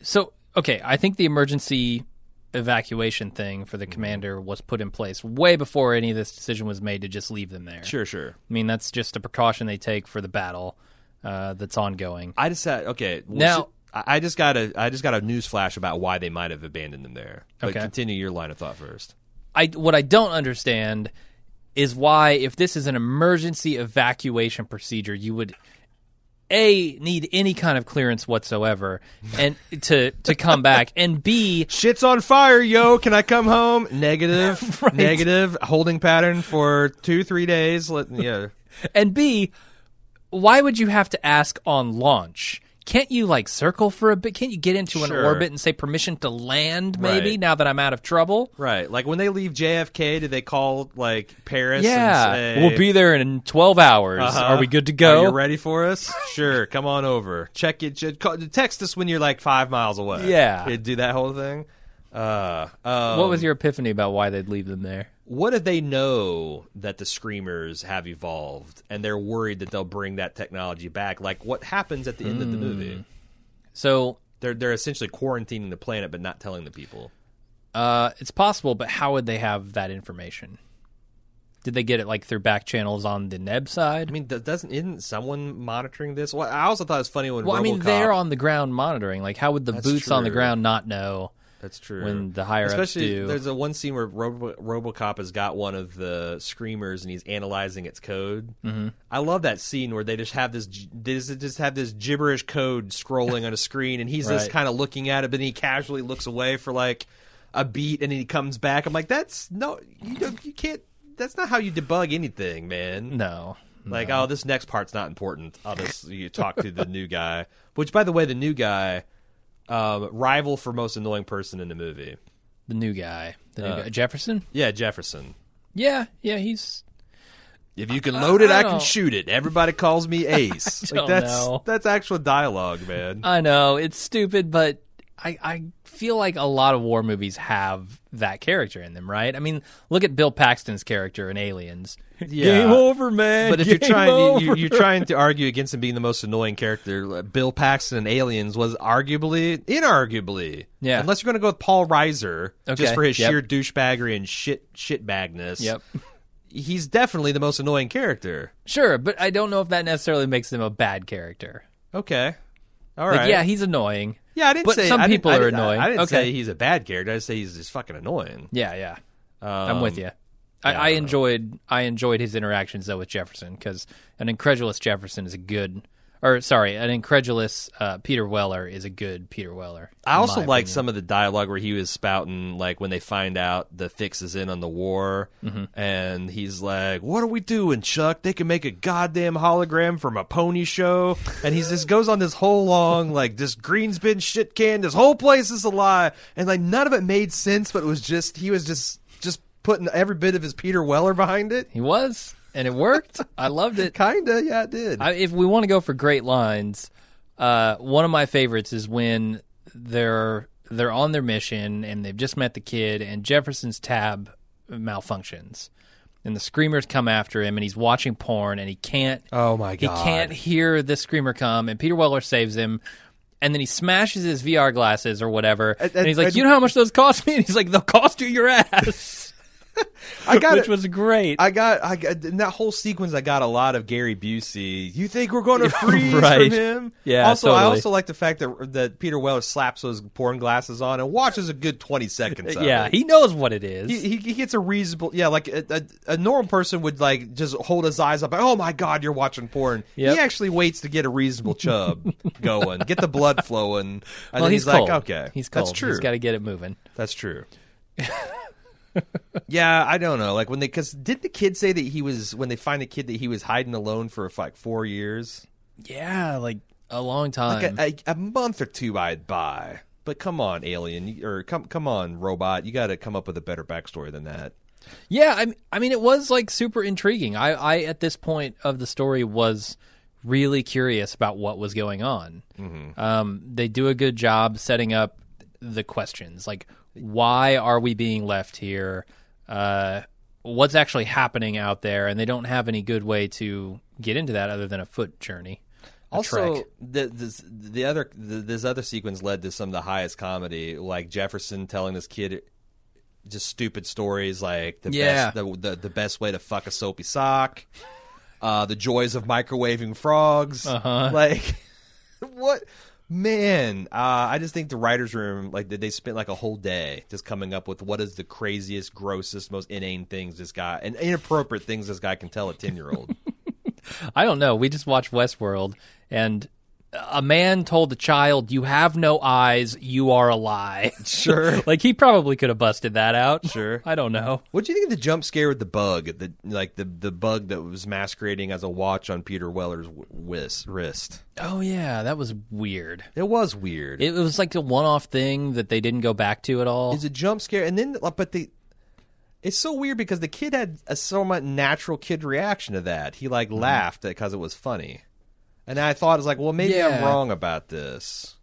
Speaker 2: So, okay, I think the emergency evacuation thing for the
Speaker 1: Mm-hmm.
Speaker 2: commander was put in place way before any of this decision was made to just leave them there.
Speaker 1: Sure, sure.
Speaker 2: I mean, that's just a precaution they take for the battle uh, that's ongoing.
Speaker 1: I just had okay. well,
Speaker 2: Now-
Speaker 1: so- I I just got a I just got a news flash about why they might have abandoned them there. But
Speaker 2: Okay.
Speaker 1: continue your line of thought first.
Speaker 2: I what I don't understand is why if this is an emergency evacuation procedure, you would a need any kind of clearance whatsoever and to to come back and b
Speaker 1: Shit's on fire, yo. Can I come home? Negative. Negative. Holding pattern for two, three days. Let, yeah.
Speaker 2: And B, why would you have to ask on launch? Can't you like circle for a bit? Can't you get into an
Speaker 1: Sure.
Speaker 2: orbit and say permission to land maybe
Speaker 1: Right.
Speaker 2: now that I'm out of trouble?
Speaker 1: Right. Like when they leave JFK, do they call like Paris?
Speaker 2: Yeah.
Speaker 1: And say,
Speaker 2: we'll be there in 12 hours.
Speaker 1: "Uh-huh.
Speaker 2: Are we good to
Speaker 1: Are
Speaker 2: go?
Speaker 1: you ready for us? sure. Come on over. Check it. ju- Call, text us when you're like five miles away.
Speaker 2: Yeah.
Speaker 1: It'd do that whole thing. Uh, um,
Speaker 2: what was your epiphany about why they'd leave them there?
Speaker 1: what if they know that the screamers have evolved and they're worried that they'll bring that technology back? Like what happens at the end of the
Speaker 2: Hmm.
Speaker 1: movie?
Speaker 2: So
Speaker 1: They're they're essentially quarantining the planet but not telling the people.
Speaker 2: uh, it's possible, but how would they have that information? Did they get it like through back channels on the Neb
Speaker 1: I
Speaker 2: side?
Speaker 1: mean, th- doesn't isn't someone monitoring this? Well, I also thought it was funny when
Speaker 2: Well, I mean,
Speaker 1: RoboCop-
Speaker 2: they're on the ground monitoring. Like, how would the
Speaker 1: That's
Speaker 2: boots on the
Speaker 1: true.
Speaker 2: ground not know?
Speaker 1: That's true.
Speaker 2: when the higher ups
Speaker 1: especially
Speaker 2: do.
Speaker 1: there's a one scene where Robo- RoboCop has got one of the screamers and he's analyzing its code. Mm-hmm. I love that scene where they just have this gi- they just- just have this gibberish code scrolling on a screen and he's just
Speaker 2: Right.
Speaker 1: kind of looking at it, but then he casually looks away for like a beat and then he comes back. I'm like, that's no, you don't, you can't. That's not how you debug anything, man.
Speaker 2: No.
Speaker 1: Like, oh, this next part's not important. I'll just you talk to the new guy. Which, by the way, the new guy, um, rival for most annoying person in the movie.
Speaker 2: The new guy. The new guy. Jefferson?
Speaker 1: Yeah, Jefferson.
Speaker 2: Uh. Yeah, yeah, he's
Speaker 1: If you can load it, I,
Speaker 2: I
Speaker 1: can
Speaker 2: don't-
Speaker 1: shoot it. Everybody calls me Ace.
Speaker 2: don't
Speaker 1: that's
Speaker 2: know.
Speaker 1: that's actual dialogue, man.
Speaker 2: I know, it's stupid, but I I feel like a lot of war movies have that character in them, right? I mean, look at Bill Paxton's character in Aliens.
Speaker 1: Yeah.
Speaker 2: Game over, man.
Speaker 1: but if you're
Speaker 2: Game
Speaker 1: trying, you,
Speaker 2: over.
Speaker 1: you're trying to argue against him being the most annoying character. Bill Paxton in Aliens was arguably, inarguably,
Speaker 2: Yeah.
Speaker 1: Unless you're going to go with Paul Reiser just
Speaker 2: Okay,
Speaker 1: for his
Speaker 2: yep.
Speaker 1: sheer douchebaggery and shit shitbagness.
Speaker 2: Yep.
Speaker 1: he's definitely the most annoying character.
Speaker 2: Sure, but I don't know if that necessarily makes him a bad character.
Speaker 1: Okay. All
Speaker 2: Like
Speaker 1: right.
Speaker 2: yeah, he's annoying.
Speaker 1: yeah. I didn't
Speaker 2: but
Speaker 1: say
Speaker 2: some
Speaker 1: I didn't-
Speaker 2: people
Speaker 1: I
Speaker 2: are
Speaker 1: didn't-
Speaker 2: annoying.
Speaker 1: I, didn't
Speaker 2: Okay.
Speaker 1: say he's a bad character. I just say he's just fucking annoying.
Speaker 2: Yeah, yeah.
Speaker 1: Um,
Speaker 2: I'm with you. I, I enjoyed I enjoyed his interactions though with Jefferson because an incredulous Jefferson is a good, or sorry, an incredulous uh, Peter Weller is a good Peter Weller.
Speaker 1: I
Speaker 2: in
Speaker 1: also
Speaker 2: my
Speaker 1: like
Speaker 2: opinion.
Speaker 1: some of the dialogue where he was spouting, like when they find out the fix is in on the war,
Speaker 2: Mm-hmm.
Speaker 1: and he's like, "What are we doing, Chuck? They can make a goddamn hologram from a pony show." And he just goes on this whole long, like, "This green's been shit canned. This whole place is a lie," and like none of it made sense, but it was just he was just just putting every bit of his Peter Weller behind it.
Speaker 2: he was, and it worked. I loved it.
Speaker 1: Kinda, yeah, it did.
Speaker 2: I, if we want to go for great lines, uh, one of my favorites is when they're they're on their mission and they've just met the kid, and Jefferson's tab malfunctions, and the screamers come after him, and he's watching porn, and he can't.
Speaker 1: Oh, my God.
Speaker 2: He can't hear the screamer come, and Peter Weller saves him. And then he smashes his VR glasses or whatever, and, he's like,
Speaker 1: and-
Speaker 2: "You know how much those cost me?" And he's like, "They'll cost you your ass."
Speaker 1: I got
Speaker 2: which
Speaker 1: it.
Speaker 2: was great.
Speaker 1: I got, I got in that whole sequence. I got a lot of Gary Busey. You think we're going to freeze
Speaker 2: right.
Speaker 1: from him?
Speaker 2: Yeah,
Speaker 1: Also, I
Speaker 2: totally.
Speaker 1: also like the fact that that Peter Weller slaps those porn glasses on and watches a good twenty seconds. Of
Speaker 2: yeah,
Speaker 1: it.
Speaker 2: he knows what it is.
Speaker 1: He, he he gets a reasonable yeah like a, a, a normal person would like just hold his eyes up oh my god you're watching porn
Speaker 2: Yep.
Speaker 1: he actually waits to get a reasonable chub going get the blood flowing and
Speaker 2: well,
Speaker 1: then
Speaker 2: he's,
Speaker 1: he's, like
Speaker 2: cold.
Speaker 1: okay
Speaker 2: He's cold.
Speaker 1: that's true
Speaker 2: He's got to get it moving.
Speaker 1: that's true yeah I don't know like when they because did the kid say that he was when they find the kid that he was hiding alone for like four years
Speaker 2: Yeah, like uh, a long time.
Speaker 1: like a, a, a month or two I'd buy but come on alien you- or come come on robot you got to come up with a better backstory than that
Speaker 2: Yeah, I, m- I mean, it was like super intriguing. I, I, at this point of the story, was really curious about what was going on. Um, they do a good job setting up the questions like, why are we being left here? Uh, what's actually happening out there? And they don't have any good way to get into that other than a foot journey. a
Speaker 1: Also,
Speaker 2: trek.
Speaker 1: the, this, the other the, this other sequence led to some of the highest comedy, like Jefferson telling this kid just stupid stories, like the
Speaker 2: Yeah.
Speaker 1: best the, the the best way to fuck a soapy sock, uh, the joys of microwaving frogs,
Speaker 2: Uh-huh.
Speaker 1: like what man? Uh, I just think the writers' room, like they- they spent like a whole day just coming up with what is the craziest, grossest, most inane things this guy and inappropriate things this guy can tell a ten year old.
Speaker 2: I don't know. We just watched Westworld, and a man told a child, "You have no eyes. You are a lie."
Speaker 1: Sure.
Speaker 2: like he probably could have busted that out.
Speaker 1: Sure.
Speaker 2: I don't know.
Speaker 1: What do you think of the jump scare with the bug? The like the the bug that was masquerading as a watch on Peter Weller's w- wis- wrist.
Speaker 2: Oh yeah, that was weird.
Speaker 1: It was weird. It
Speaker 2: It was like a one-off thing that they didn't go back to at all.
Speaker 1: was a jump scare, and then like, but the it's so weird because the kid had a somewhat natural kid reaction to that. He like laughed because it was funny, and I thought it's like, well, maybe I'm
Speaker 2: Yeah.
Speaker 1: wrong about this.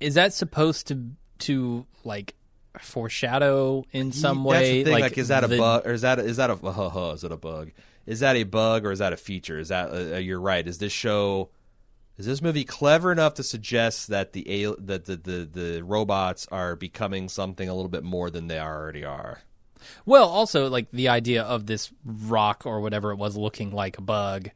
Speaker 2: Is that supposed to to like foreshadow in some way?
Speaker 1: That's the thing. Like, is that a bug or is that is that a ha ha? Is it a bug? Is that a bug or is that a feature? Is that uh, uh, you're right? Is this show? Is this movie clever enough to suggest that the al- that the, the the robots are becoming something a little bit more than they already are?
Speaker 2: Well, also like the idea of this rock or whatever it was looking like a bug.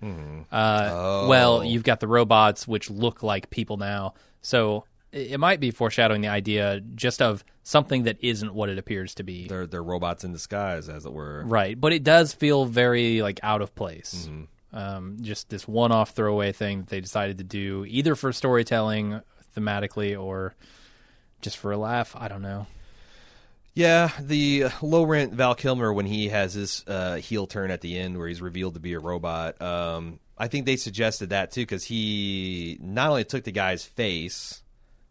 Speaker 2: Uh, Well, you've got the robots which look like people now, so i- it might be foreshadowing the idea just of something that isn't what it appears to be.
Speaker 1: They're they're robots in disguise, as it were.
Speaker 2: Right, but it does feel very like out of place. Um, just this one-off throwaway thing that they decided to do, either for storytelling thematically or just for a laugh. I don't know.
Speaker 1: Yeah, the low rent Val Kilmer when he has his uh, heel turn at the end where he's revealed to be a robot. Um, I think they suggested that too because he not only took the guy's face,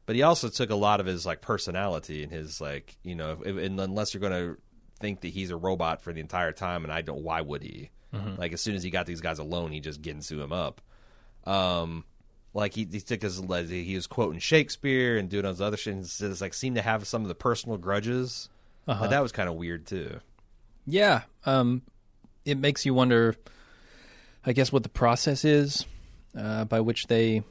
Speaker 1: but he also took a lot of his like personality and his like you know if, and unless you're going to think that he's a robot for the entire time and I don't why would he like as soon as he got these guys alone he just Ginsu him up um like he, he took his like, he was quoting Shakespeare and doing all this other shit and says like seemed to have some of the personal grudges.
Speaker 2: Uh-huh.
Speaker 1: Like, that was kind of weird too.
Speaker 2: Yeah. Um, it makes you wonder, I guess, what the process is uh, by which they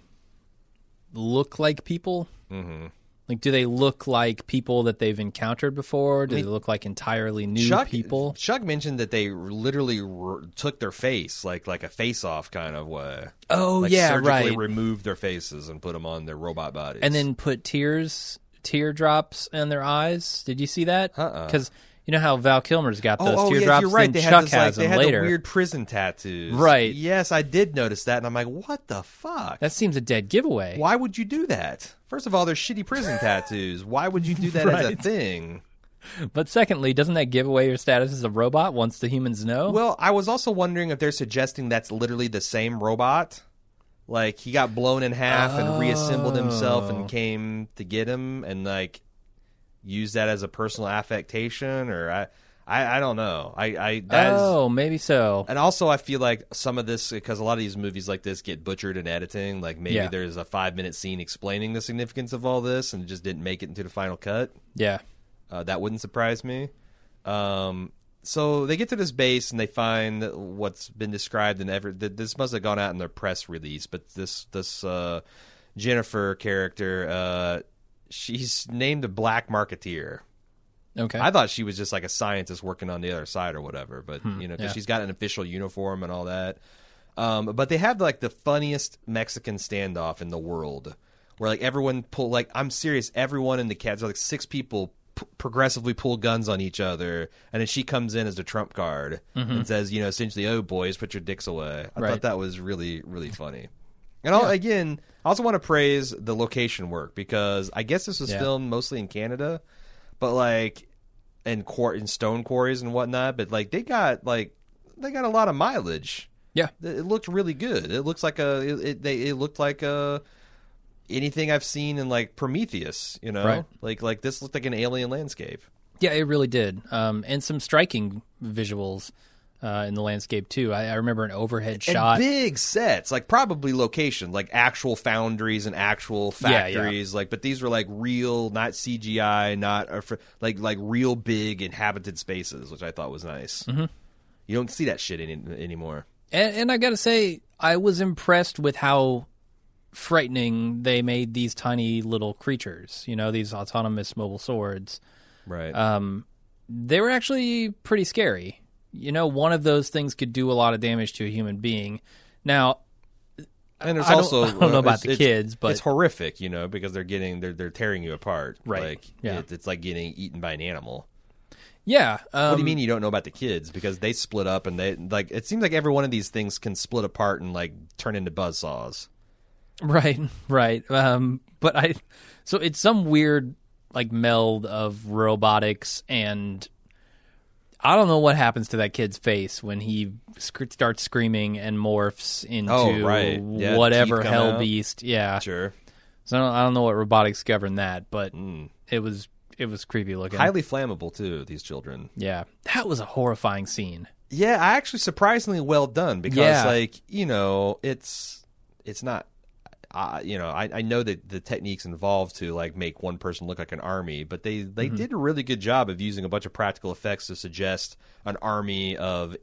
Speaker 2: look like people. Mm-hmm. Like, do they look like people that they've encountered before? Do they look like entirely new
Speaker 1: Chuck
Speaker 2: people?
Speaker 1: Chuck mentioned that they literally r took their face like like a face off kind of way.
Speaker 2: Oh,
Speaker 1: Like
Speaker 2: yeah,
Speaker 1: surgically
Speaker 2: right.
Speaker 1: removed their faces and put them on their robot bodies.
Speaker 2: and then put tears, teardrops in their eyes. Did you see that?
Speaker 1: Uh-uh.
Speaker 2: Because you know how Val Kilmer's got
Speaker 1: oh,
Speaker 2: those
Speaker 1: oh, yeah,
Speaker 2: teardrops,
Speaker 1: you're right.
Speaker 2: then
Speaker 1: They had
Speaker 2: Chuck
Speaker 1: this, like,
Speaker 2: has
Speaker 1: they
Speaker 2: them
Speaker 1: had the
Speaker 2: later.
Speaker 1: weird prison tattoos.
Speaker 2: Right.
Speaker 1: Yes, I did notice that, and I'm like, what the fuck?
Speaker 2: That seems a dead giveaway.
Speaker 1: Why would you do that? First of all, they're shitty prison tattoos. Why would you do that as a thing?
Speaker 2: But secondly, doesn't that give away your status as a robot once the humans know?
Speaker 1: Well, I was also wondering if they're suggesting that's literally the same robot. Like he got blown in half and reassembled himself
Speaker 2: Oh.
Speaker 1: and came to get him and like used that as a personal affectation or I I, I don't know. I I that is
Speaker 2: oh, maybe so.
Speaker 1: and also I feel like some of this because a lot of these movies like this get butchered in editing, like maybe
Speaker 2: Yeah.
Speaker 1: there's a 5-minute scene explaining the significance of all this and it just didn't make it into the final cut.
Speaker 2: Yeah.
Speaker 1: Uh, that wouldn't surprise me. Um, so they get to this base and they find what's been described in every. Th- this must have gone out in their press release, but this this uh, Jennifer character, uh, she's named a black marketeer.
Speaker 2: Okay.
Speaker 1: I thought she was just like a scientist working on the other side or whatever, but you know, because
Speaker 2: yeah.
Speaker 1: she's got an official uniform and all that. Um, but they have like the funniest Mexican standoff in the world, where like everyone pull like I'm serious, everyone in the cab, there's like six people p- progressively pull guns on each other, and then she comes in as the trump card and says, you know, essentially, "Oh boys, put your dicks away." I thought
Speaker 2: Mm-hmm. Right.
Speaker 1: that was really really funny. And I'll, again, I also want to praise the location work because I guess this was
Speaker 2: Yeah.
Speaker 1: filmed mostly in Canada, but like in quar in stone quarries and whatnot. But like they got like they got a lot of mileage.
Speaker 2: yeah.
Speaker 1: It it looked really good. It looks like a it it, they, it looked like a anything I've seen in like Prometheus. You know,
Speaker 2: Right.
Speaker 1: like like this looked like an alien landscape.
Speaker 2: Yeah, it really did. Um, and some striking visuals uh, in the landscape too. I, I remember an overhead shot.
Speaker 1: And big sets, like probably location, like actual foundries and actual
Speaker 2: Yeah, yeah.
Speaker 1: factories. Like, but these were like real, not CGI, not a fr- like like real big inhabited spaces, which I thought was nice. Mm-hmm. You don't see that shit any- anymore.
Speaker 2: And, and I got to say, I was impressed with how frightening they made these tiny little creatures. You know, these autonomous mobile swords. Um,
Speaker 1: Right.
Speaker 2: They were actually pretty scary. You know, one of those things could do a lot of damage to a human being. Now,
Speaker 1: and there's
Speaker 2: I don't-
Speaker 1: also
Speaker 2: I don't know
Speaker 1: uh,
Speaker 2: about
Speaker 1: it's-
Speaker 2: the
Speaker 1: it's-
Speaker 2: kids, but-
Speaker 1: it's horrific, you know, because they're getting they're they're tearing you apart.
Speaker 2: Right.
Speaker 1: Like,
Speaker 2: Yeah.
Speaker 1: it, it's like getting eaten by an animal.
Speaker 2: yeah, um,
Speaker 1: What do you mean you don't know about the kids? Because they split up and they like it seems like every one of these things can split apart and like turn into buzzsaws.
Speaker 2: um, Right, right. Um, but I, so it's some weird like meld of robotics and I don't know what happens to that kid's face when he sc- starts screaming and morphs into
Speaker 1: Oh, right. Yeah,
Speaker 2: whatever
Speaker 1: teeth come
Speaker 2: hell
Speaker 1: out.
Speaker 2: beast. Yeah.
Speaker 1: Sure.
Speaker 2: So I don't, I don't know what robotics govern that, but
Speaker 1: Hmm.
Speaker 2: it was it was creepy looking.
Speaker 1: highly flammable too these children
Speaker 2: yeah, that was a horrifying scene.
Speaker 1: yeah i actually surprisingly well done because
Speaker 2: Yeah.
Speaker 1: like you know it's it's not uh, you know I, I know that the techniques involved to like make one person look like an army but they they
Speaker 2: Mm-hmm.
Speaker 1: did a really good job of using a bunch of practical effects to suggest an army of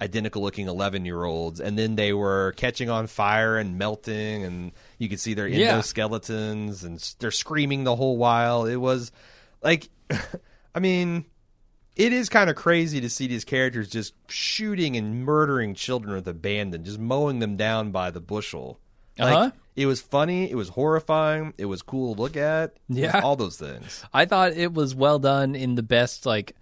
Speaker 1: identical looking 11 year olds and then they were catching on fire and melting and you could see their
Speaker 2: Yeah.
Speaker 1: endoskeletons and s- they're screaming the whole while it was like i mean it is kind of crazy to see these characters just shooting and murdering children with abandon, just mowing them down by the bushel. Like,
Speaker 2: Uh-huh.
Speaker 1: It was funny. It was horrifying. It was cool to look at. it was
Speaker 2: Yeah.
Speaker 1: all those things.
Speaker 2: I thought it was well done in the best like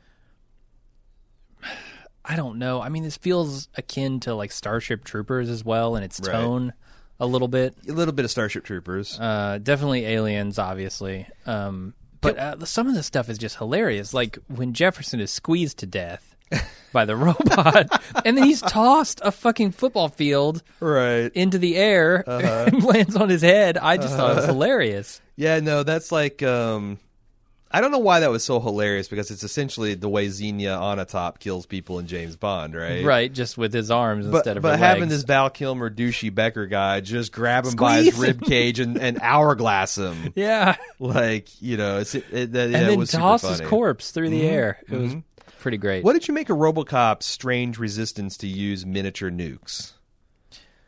Speaker 2: I don't know. I mean, this feels akin to like Starship Troopers as well in its
Speaker 1: Right.
Speaker 2: tone a little bit.
Speaker 1: A little bit of Starship Troopers.
Speaker 2: Uh definitely aliens obviously. Um but uh, some of this stuff is just hilarious. Like when Jefferson is squeezed to death by the robot and then he's tossed a fucking football field
Speaker 1: right.
Speaker 2: into the air
Speaker 1: Uh-huh.
Speaker 2: and lands on his head. I just thought it was hilarious.
Speaker 1: Yeah, no, that's like um I don't know why that was so hilarious because it's essentially the way Xenia Onatop kills people in James Bond, right?
Speaker 2: Right, just with his arms
Speaker 1: But,
Speaker 2: instead of
Speaker 1: but
Speaker 2: her
Speaker 1: having
Speaker 2: legs.
Speaker 1: this Val Kilmer douchey Becker guy just grab him by his
Speaker 2: Squeeze him.
Speaker 1: rib cage and, and hourglass him.
Speaker 2: yeah.
Speaker 1: like you know it's, it, it, that,
Speaker 2: and
Speaker 1: yeah, it
Speaker 2: then
Speaker 1: was super
Speaker 2: toss his
Speaker 1: funny.
Speaker 2: corpse through the air. It was pretty great.
Speaker 1: what did you make of robocop's strange resistance to use miniature nukes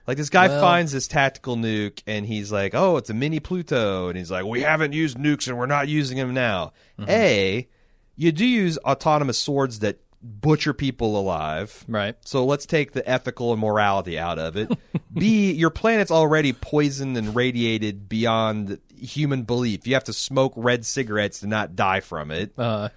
Speaker 1: like this guy
Speaker 2: Well-
Speaker 1: finds this tactical nuke and he's like oh it's a mini pluto and he's like we haven't used nukes and we're not using them now
Speaker 2: Mm-hmm.
Speaker 1: a you do use autonomous swords that butcher people alive
Speaker 2: Right.
Speaker 1: so let's take the ethical and morality out of it. B, your planet's already poisoned and radiated beyond human belief. You have to smoke red cigarettes to not die from it.
Speaker 2: Uh,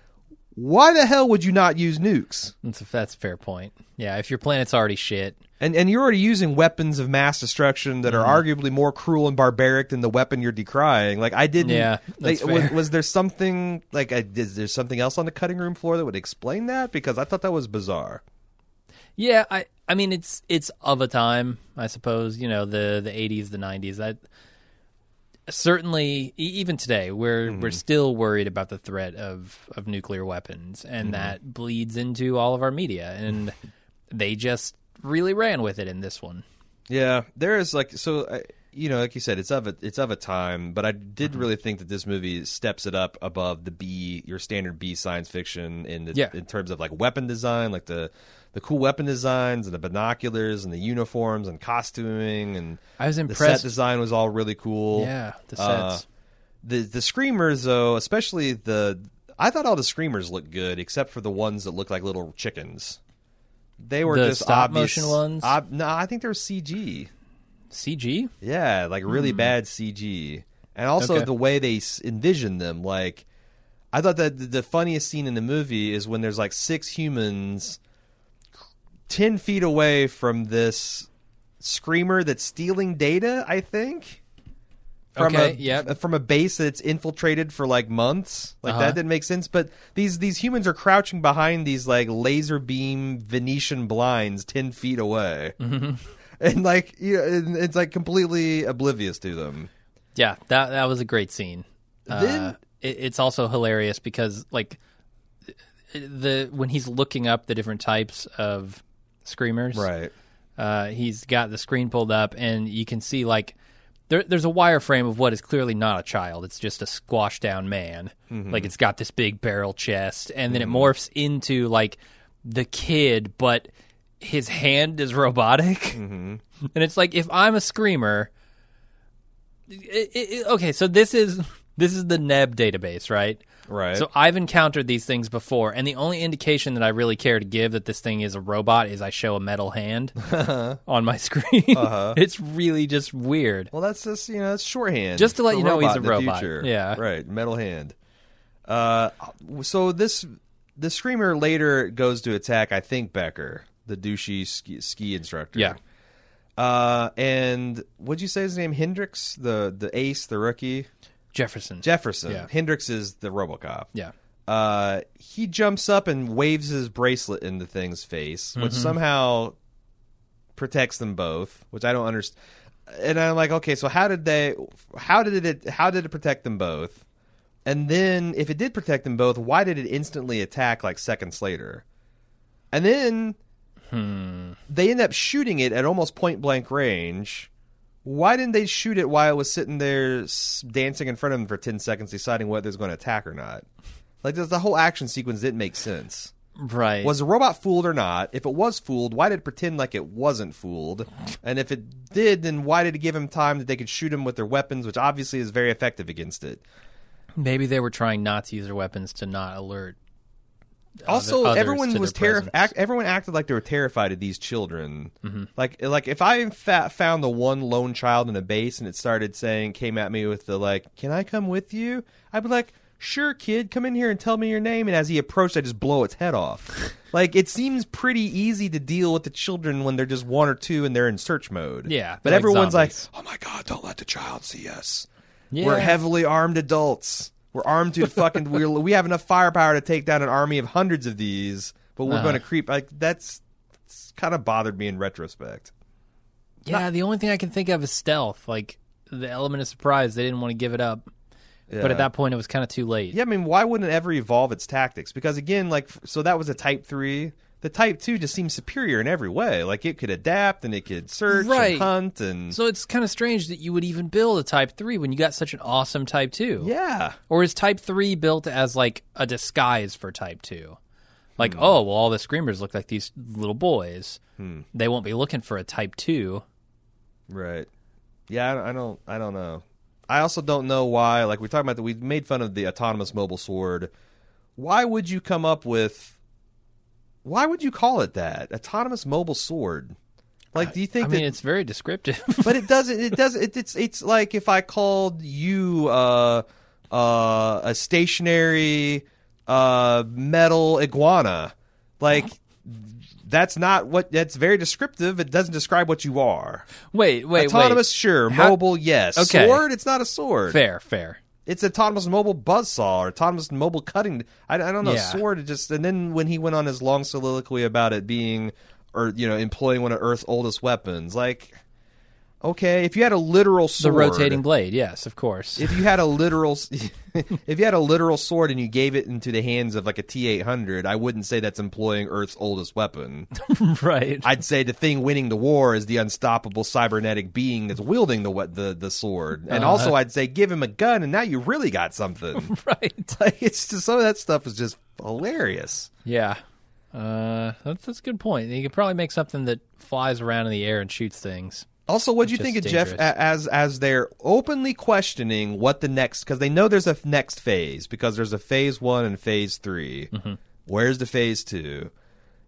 Speaker 1: Why the hell would you not use nukes?
Speaker 2: that's, a, that's a fair point. Yeah, if your planet's already shit,
Speaker 1: And and you're already using weapons of mass destruction that are
Speaker 2: Mm.
Speaker 1: arguably more cruel and barbaric than the weapon you're decrying. Like I didn't.
Speaker 2: Yeah, that's
Speaker 1: like, was-
Speaker 2: fair.
Speaker 1: Was, there something like I, is there something else on the cutting room floor that would explain that? Because I thought that was bizarre.
Speaker 2: yeah, I I mean it's it's of a time, I suppose. You know the the eighties, the nineties. I certainly e- even today we're we're still worried about the threat of of nuclear weapons, and that bleeds into all of our media. And they just really ran with it in this one.
Speaker 1: Yeah, there is like so I, you know, like you said, it's of a it's of a time, but I did
Speaker 2: Mm-hmm.
Speaker 1: really think that this movie steps it up above the B your standard B science fiction in the,
Speaker 2: Yeah.
Speaker 1: in terms of like weapon design, like the the cool weapon designs and the binoculars and the uniforms and costuming and
Speaker 2: I was
Speaker 1: the set
Speaker 2: impressed.
Speaker 1: design was all really cool.
Speaker 2: yeah, the
Speaker 1: Uh,
Speaker 2: sets.
Speaker 1: the the screamers though, especially the I thought all the screamers looked good except for the ones that looked like little chickens. They were
Speaker 2: The
Speaker 1: just
Speaker 2: stop
Speaker 1: obvious-
Speaker 2: motion ones?
Speaker 1: ob- no, I think they were CG.
Speaker 2: CG?
Speaker 1: Yeah, like really bad CG, and also
Speaker 2: Hmm. Okay.
Speaker 1: the way they s- envision them. Like, I thought that the- the funniest scene in the movie is when there's like six humans ten feet away from this screamer that's stealing data. I think from
Speaker 2: Okay,
Speaker 1: a
Speaker 2: yep.
Speaker 1: uh, from a base that's infiltrated for like months. Like
Speaker 2: Uh-huh.
Speaker 1: that didn't make sense. But these these humans are crouching behind these like laser beam Venetian blinds ten feet away
Speaker 2: Mm-hmm.
Speaker 1: and like you know, and it's like completely oblivious to them.
Speaker 2: Yeah, that that was a great scene. uh,
Speaker 1: Then-
Speaker 2: it, it's also hilarious because like the when he's looking up the different types of screamers,
Speaker 1: Right.
Speaker 2: uh, he's got the screen pulled up, and you can see like there, there's a wireframe of what is clearly not a child. It's just a squashed down man. Like it's got this big barrel chest, and then it morphs into like the kid, but his hand is robotic. And it's like if I'm a screamer, it, it, it- okay, so this is this is the Neb database, right?
Speaker 1: Right.
Speaker 2: So I've encountered these things before, and the only indication that I really care to give that this thing is a robot is I show a metal hand on my screen.
Speaker 1: Uh-huh.
Speaker 2: It's really just weird.
Speaker 1: Well, that's just you know that's shorthand.
Speaker 2: Just to let
Speaker 1: for
Speaker 2: you know he's a
Speaker 1: in the
Speaker 2: robot.
Speaker 1: future.
Speaker 2: Yeah.
Speaker 1: Right. Metal hand. Uh, so this the screamer later goes to attack. I think Becker, the douchey ski, ski instructor.
Speaker 2: Yeah.
Speaker 1: Uh, and what'd you say his name? Hendricks, the the ace, the rookie.
Speaker 2: Jefferson.
Speaker 1: Jefferson.
Speaker 2: Yeah.
Speaker 1: Hendricks is the RoboCop.
Speaker 2: yeah.
Speaker 1: uh, he jumps up and waves his bracelet in the thing's face, which somehow protects them both, which I don't understand. And I'm like, okay, so how did they? How did it? How did it protect them both? And then, if it did protect them both, why did it instantly attack like seconds later? And then they end up shooting it at almost point blank range. Why didn't they shoot it while it was sitting there s- dancing in front of them for 10 seconds, deciding whether it's going to attack or not? Like, this, the whole action sequence didn't make sense.
Speaker 2: Right.
Speaker 1: Was the robot fooled or not? If it was fooled, why did it pretend like it wasn't fooled? And if it did, then why did it give him time that they could shoot him with their weapons, which obviously is very effective against it?
Speaker 2: Maybe they were trying not to use their weapons to not alert.
Speaker 1: also
Speaker 2: Uh, others
Speaker 1: everyone
Speaker 2: to
Speaker 1: was
Speaker 2: their
Speaker 1: terrified
Speaker 2: presence. Mm-hmm.
Speaker 1: everyone acted like they were terrified of these children like like if i fa- found the one lone child in a base and it started saying came at me with the like can i come with you i'd be like sure kid come in here and tell me your name and as he approached i just blow its head off like it seems pretty easy to deal with the children when they're just one or two and they're in search mode
Speaker 2: Yeah,
Speaker 1: but
Speaker 2: they're like
Speaker 1: everyone's
Speaker 2: zombies.
Speaker 1: like oh my god don't let the child see us
Speaker 2: Yeah.
Speaker 1: we're heavily armed adults. We're armed to the fucking. we we have enough firepower to take down an army of hundreds of these, but we're going to
Speaker 2: Uh-huh.
Speaker 1: creep. Like that's kind of bothered me in retrospect.
Speaker 2: Yeah, the only thing I can think of is stealth. Like the element of surprise, they didn't want to give it up. But
Speaker 1: Yeah.
Speaker 2: at that point, it was kind of too late.
Speaker 1: Yeah, I mean, why wouldn't it ever evolve its tactics? Because again, like, f- so that was a Type Three. The Type Two just seems superior in every way. Like it could adapt and it could search
Speaker 2: Right.
Speaker 1: and hunt and
Speaker 2: So it's kind of strange that you would even build a Type 3 when you got such an awesome Type 2.
Speaker 1: yeah.
Speaker 2: Or is Type 3 built as like a disguise for Type 2? Like, oh, well, all the screamers look like these little boys. They won't be looking for a Type 2.
Speaker 1: Right. Yeah, I, I don't. I don't know. I also don't know why. Like we talked about, that we made fun of the autonomous mobile sword. Why would you come up with? Why would you call it that? Autonomous mobile sword. Like, do you think
Speaker 2: I
Speaker 1: that?
Speaker 2: mean, it's very descriptive.
Speaker 1: but it doesn't. It doesn't. It, it's it's like if I called you uh, uh, a stationary uh, metal iguana, like. That's not what. That's very descriptive. It doesn't describe what you are.
Speaker 2: wait, wait,
Speaker 1: Autonomous, sure.
Speaker 2: How-
Speaker 1: mobile, yes.
Speaker 2: Okay.
Speaker 1: Sword, it's not a sword.
Speaker 2: wait. Fair, fair.
Speaker 1: It's autonomous mobile buzzsaw or autonomous mobile cutting. I, I don't know.
Speaker 2: Yeah.
Speaker 1: Sword, it just. And then when he went on his long soliloquy about it being, or, you know, employing one of Earth's oldest weapons, like, okay, if you had a literal
Speaker 2: The
Speaker 1: sword.
Speaker 2: rotating blade, yes, of course.
Speaker 1: If you had a literal, s- if you had a literal sword and you gave it into the hands of like a T eight hundred, I wouldn't say that's employing Earth's oldest weapon.
Speaker 2: right.
Speaker 1: I'd say the thing winning the war is the unstoppable cybernetic being that's wielding the we- the the sword.
Speaker 2: Uh-huh.
Speaker 1: And also, I'd say give him a gun, and now you really got something.
Speaker 2: right.
Speaker 1: like it's just some of that stuff is just hilarious.
Speaker 2: Yeah. Uh, that's, that's a good point. You could probably make something that flies around in the air and shoots things.
Speaker 1: Also, what do you
Speaker 2: Just
Speaker 1: think of Jeff
Speaker 2: dangerous.
Speaker 1: a- as as they're openly questioning what the next because they know there's a f- next phase because there's a phase one and phase 3
Speaker 2: Mm-hmm.
Speaker 1: Where's the phase two?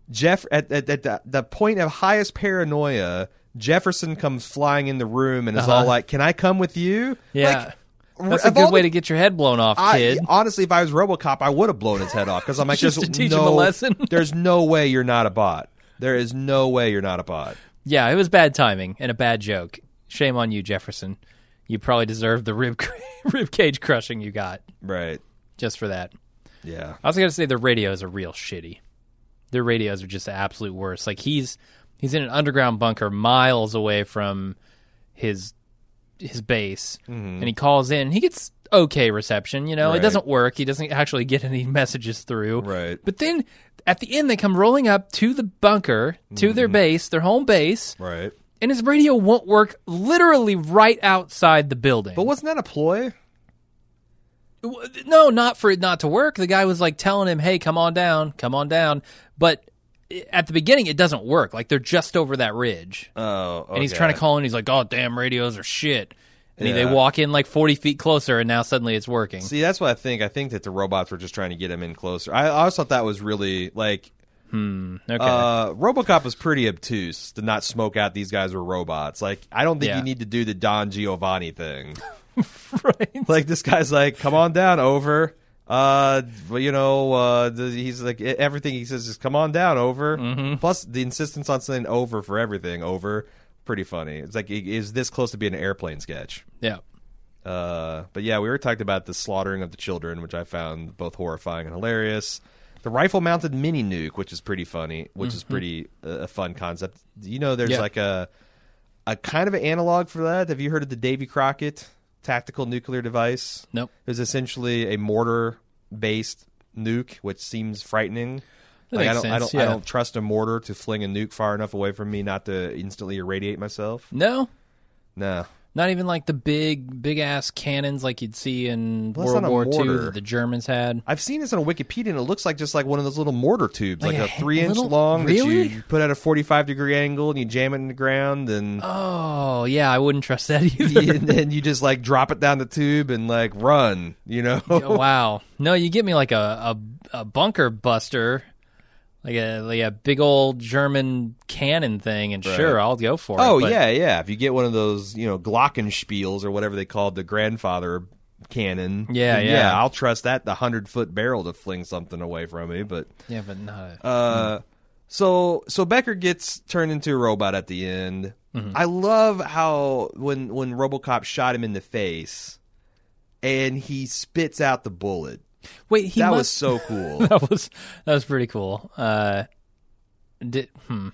Speaker 1: Jeff at, at, at the, the point of highest paranoia, Jefferson comes flying in the room and is all like, "Can I come with you?"
Speaker 2: Uh-huh. Yeah.
Speaker 1: Like,
Speaker 2: That's
Speaker 1: r-
Speaker 2: a
Speaker 1: of all
Speaker 2: good way
Speaker 1: the-
Speaker 2: to get your head blown off,
Speaker 1: I,
Speaker 2: kid.
Speaker 1: honestly, if I was RoboCop, I would have blown his head off because I'm like,
Speaker 2: Just
Speaker 1: "There's
Speaker 2: to teach him a
Speaker 1: no-
Speaker 2: lesson.
Speaker 1: there's no way you're not a bot. There is no way you're not a bot.
Speaker 2: Yeah, it was bad timing and a bad joke. Shame on you, Jefferson. You probably deserved the rib rib cage crushing you got
Speaker 1: Right?
Speaker 2: just for that.
Speaker 1: Yeah.
Speaker 2: I also got to say their radios are real shitty. Their radios are just the absolute worst. Like he's he's in an underground bunker miles away from his his base, and he calls in. He gets okay reception. You know,
Speaker 1: Mm-hmm. Right.
Speaker 2: it doesn't work. He doesn't actually get any messages through.
Speaker 1: Right.
Speaker 2: But then at the end, they come rolling up to the bunker, to
Speaker 1: Mm-hmm.
Speaker 2: their base, their home base,
Speaker 1: Right.
Speaker 2: and his radio won't work. Literally right outside the building.
Speaker 1: But wasn't that a ploy?
Speaker 2: W- No, not for it not to work. The guy was like telling him, "Hey, come on down, come on down." But i- at the beginning, it doesn't work. Like they're just over that ridge,
Speaker 1: Oh,
Speaker 2: and he's trying to call in. He's like, "Oh, damn, radios are shit." And he- they
Speaker 1: Yeah.
Speaker 2: walk in like forty feet closer, and now suddenly it's working.
Speaker 1: See, that's what I think. I think that the robots were just trying to get him in closer. I, I always thought that was really like
Speaker 2: Okay,
Speaker 1: uh, RoboCop was pretty obtuse to not smoke out these guys were robots. Like, I don't think
Speaker 2: Yeah.
Speaker 1: you need to do the Don Giovanni thing.
Speaker 2: right.
Speaker 1: like, this guy's like, "Come on down, over." Uh, well, you know, uh, the, he's like e- everything he says is "Come on down, over." Plus the insistence on saying "over" for everything, over. Pretty funny. It's like, i- is this close to being an airplane sketch?
Speaker 2: Yeah.
Speaker 1: Uh, but yeah, we were talking about the slaughtering of the children, which I found both horrifying and hilarious. The rifle mounted mini nuke, which is pretty funny, which is pretty uh, a fun concept. You know, there's
Speaker 2: Yeah.
Speaker 1: like a a kind of an analog for that. Have you heard of the Davy Crockett tactical nuclear device?
Speaker 2: Nope.
Speaker 1: It was essentially a mortar based nuke, which seems frightening.
Speaker 2: That
Speaker 1: like I
Speaker 2: makes
Speaker 1: don't, I
Speaker 2: sense,
Speaker 1: don't, I
Speaker 2: yeah.
Speaker 1: don't trust a mortar to fling a nuke far enough away from me not to instantly irradiate myself.
Speaker 2: No,
Speaker 1: No,
Speaker 2: not even like the big, big ass cannons like you'd see in
Speaker 1: Well, it's
Speaker 2: World
Speaker 1: not a
Speaker 2: War II
Speaker 1: mortar.
Speaker 2: that the Germans had.
Speaker 1: I've seen this on Wikipedia, and it looks like just like one of those little mortar tubes, like,
Speaker 2: Like
Speaker 1: a,
Speaker 2: a
Speaker 1: three inch
Speaker 2: little-
Speaker 1: long
Speaker 2: really?
Speaker 1: that you put at a forty five degree angle, and you jam it in the ground, and
Speaker 2: Oh yeah, I wouldn't trust that either.
Speaker 1: and then you just like drop it down the tube and like run, you know?
Speaker 2: Oh, wow. No, you give me like a, a, a bunker buster, like a like a big old German cannon thing, and sure, I'll go for it.
Speaker 1: oh
Speaker 2: but-
Speaker 1: yeah, yeah. If you get one of those, you know, Glockenspiels or whatever they called the grandfather cannon,
Speaker 2: Yeah,
Speaker 1: then
Speaker 2: yeah.
Speaker 1: I'll trust that the hundred foot barrel to fling something away from me, but.
Speaker 2: yeah, but not. A,
Speaker 1: Uh, so so Becker gets turned into a robot at the end.
Speaker 2: Mm-hmm.
Speaker 1: I love how when when RoboCop shot him in the face, and he spits out the bullet.
Speaker 2: wait, he
Speaker 1: that was
Speaker 2: must.
Speaker 1: so cool.
Speaker 2: that was that was pretty cool. Uh, did hmm.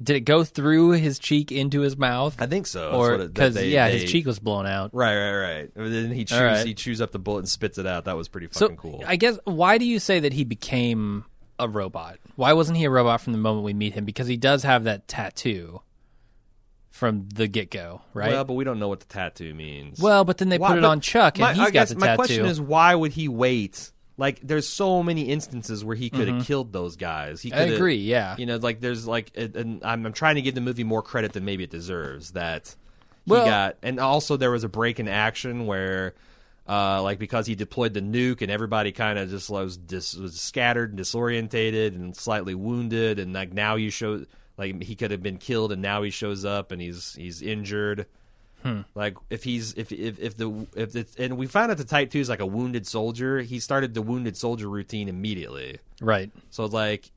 Speaker 2: Did it go through his cheek into his mouth,
Speaker 1: I think so. That's
Speaker 2: or
Speaker 1: what it- that
Speaker 2: because
Speaker 1: they-
Speaker 2: yeah,
Speaker 1: they-
Speaker 2: his cheek was blown out?
Speaker 1: Right, right, right. And then he chews
Speaker 2: right.
Speaker 1: he chews up the bullet and spits it out. That was pretty
Speaker 2: So
Speaker 1: fucking cool.
Speaker 2: I guess why do you say that he became a robot? Why wasn't he a robot from the moment we meet him? Because he does have that tattoo from the get go, right?
Speaker 1: Well,
Speaker 2: Well,
Speaker 1: but we don't know what the tattoo means.
Speaker 2: but then they
Speaker 1: Why-
Speaker 2: put it
Speaker 1: but
Speaker 2: on Chuck, and
Speaker 1: my-
Speaker 2: he's
Speaker 1: I
Speaker 2: got
Speaker 1: guess
Speaker 2: the
Speaker 1: my
Speaker 2: tattoo.
Speaker 1: question is why would he wait? Like, there's so many instances where he could have killed those guys. He
Speaker 2: Mm-hmm. I
Speaker 1: coulda-
Speaker 2: agree, yeah.
Speaker 1: You know, like there's like, a- and I'm, I'm trying to give the movie more credit than maybe it deserves. That he
Speaker 2: Well-
Speaker 1: got, and also there was a break in action where. Uh, like because he deployed the nuke and everybody kind of just was, dis- was scattered and disorientated and slightly wounded and like now you show like he could have been killed and now he shows up and he's he's injured
Speaker 2: Hmm.
Speaker 1: like if he's if if if the if it's, and we found out the type two is like a wounded soldier. He started the wounded soldier routine immediately.
Speaker 2: right.
Speaker 1: So like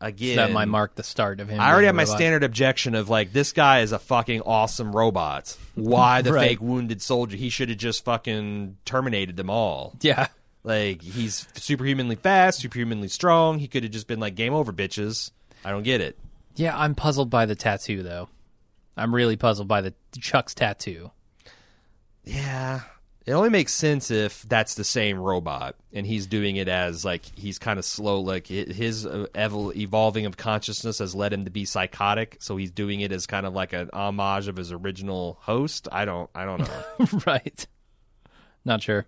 Speaker 1: again,
Speaker 2: That might mark the start of him.
Speaker 1: I already
Speaker 2: being a
Speaker 1: have my
Speaker 2: robot.
Speaker 1: standard objection of like this guy is a fucking awesome robot. Why the
Speaker 2: Right.
Speaker 1: fake wounded soldier? He should have just fucking terminated them all.
Speaker 2: Yeah.
Speaker 1: Like he's superhumanly fast, superhumanly strong. He could have just been like game over, bitches. I don't get it.
Speaker 2: Yeah, I'm puzzled by the tattoo though. I'm really puzzled by the Chuck's tattoo.
Speaker 1: Yeah. It only makes sense if that's the same robot and he's doing it as like he's kind of slow like hi- his uh, evol- evolving of consciousness has led him to be psychotic so he's doing it as kind of like an homage of his original host. I don't I don't know.
Speaker 2: right. Not sure.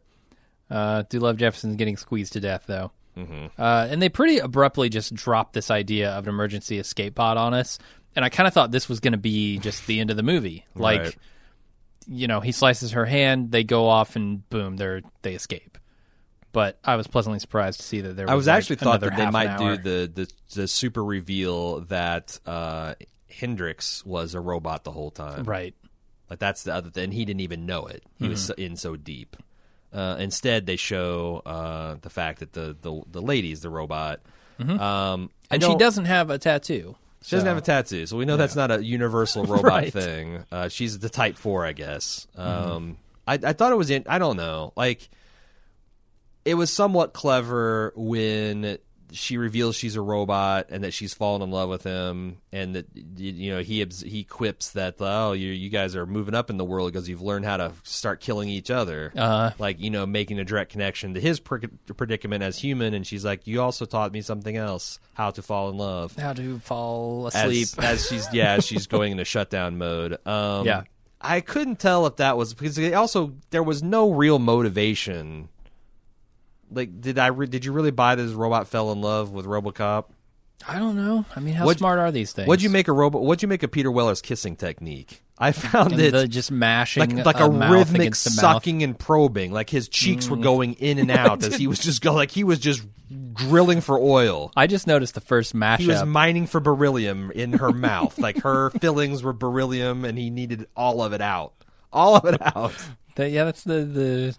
Speaker 2: Uh, do love Jefferson's getting squeezed to death though.
Speaker 1: Mm-hmm.
Speaker 2: Uh, and they pretty abruptly just dropped this idea of an emergency escape pod on us. And I kind of thought this was going to be just the end of the movie. Like,
Speaker 1: Right.
Speaker 2: you know, he slices her hand, they go off, and boom, they're they escape. But I was pleasantly surprised to see that there. Was
Speaker 1: I was
Speaker 2: like,
Speaker 1: actually thought
Speaker 2: another
Speaker 1: that they
Speaker 2: half an
Speaker 1: might
Speaker 2: hour.
Speaker 1: do the, the the super reveal that uh, Hendrix was a robot the whole time.
Speaker 2: right. Mm-hmm.
Speaker 1: Like that's the other thing. He didn't even know it. He was so- in so deep. Uh, instead, they show uh, the fact that the the the lady's the robot, um, I
Speaker 2: And she
Speaker 1: don't-
Speaker 2: doesn't have a tattoo.
Speaker 1: She doesn't have a tattoo, so we know that's not a universal robot
Speaker 2: Right. Mm-hmm.
Speaker 1: thing. Uh, she's the Type Four, I guess. Um, I, I thought it was in. I don't know. Like, it was somewhat clever when she reveals she's a robot and that she's fallen in love with him, and that y- you know he obs- he quips that oh you you guys are moving up in the world because you've learned how to start killing each other,
Speaker 2: Uh-huh.
Speaker 1: like you know making a direct connection to his pr- predicament as human, and she's like you also taught me something else, how to fall in love
Speaker 2: How to fall asleep?
Speaker 1: as, as she's yeah as she's going into shutdown mode. Um,
Speaker 2: Yeah.
Speaker 1: I couldn't tell if that was because they also there was no real motivation. Like, did I re- did you really buy this robot fell in love with RoboCop?
Speaker 2: I don't know. I mean, how
Speaker 1: What-
Speaker 2: smart are these things?
Speaker 1: What'd you make a robot? What'd you make of Peter Weller's kissing technique? I found
Speaker 2: And
Speaker 1: it
Speaker 2: the just
Speaker 1: like
Speaker 2: mashing
Speaker 1: like a,
Speaker 2: a, mouth
Speaker 1: rhythmic
Speaker 2: against the mouth. Mm.
Speaker 1: sucking and probing. Like his cheeks were going in and out as he was just go like he was just drilling for oil.
Speaker 2: I just noticed the first mashup.
Speaker 1: He was mining for beryllium in her mouth. Like her fillings were beryllium and he needed all of it out. All of it out.
Speaker 2: That- yeah, that's the the.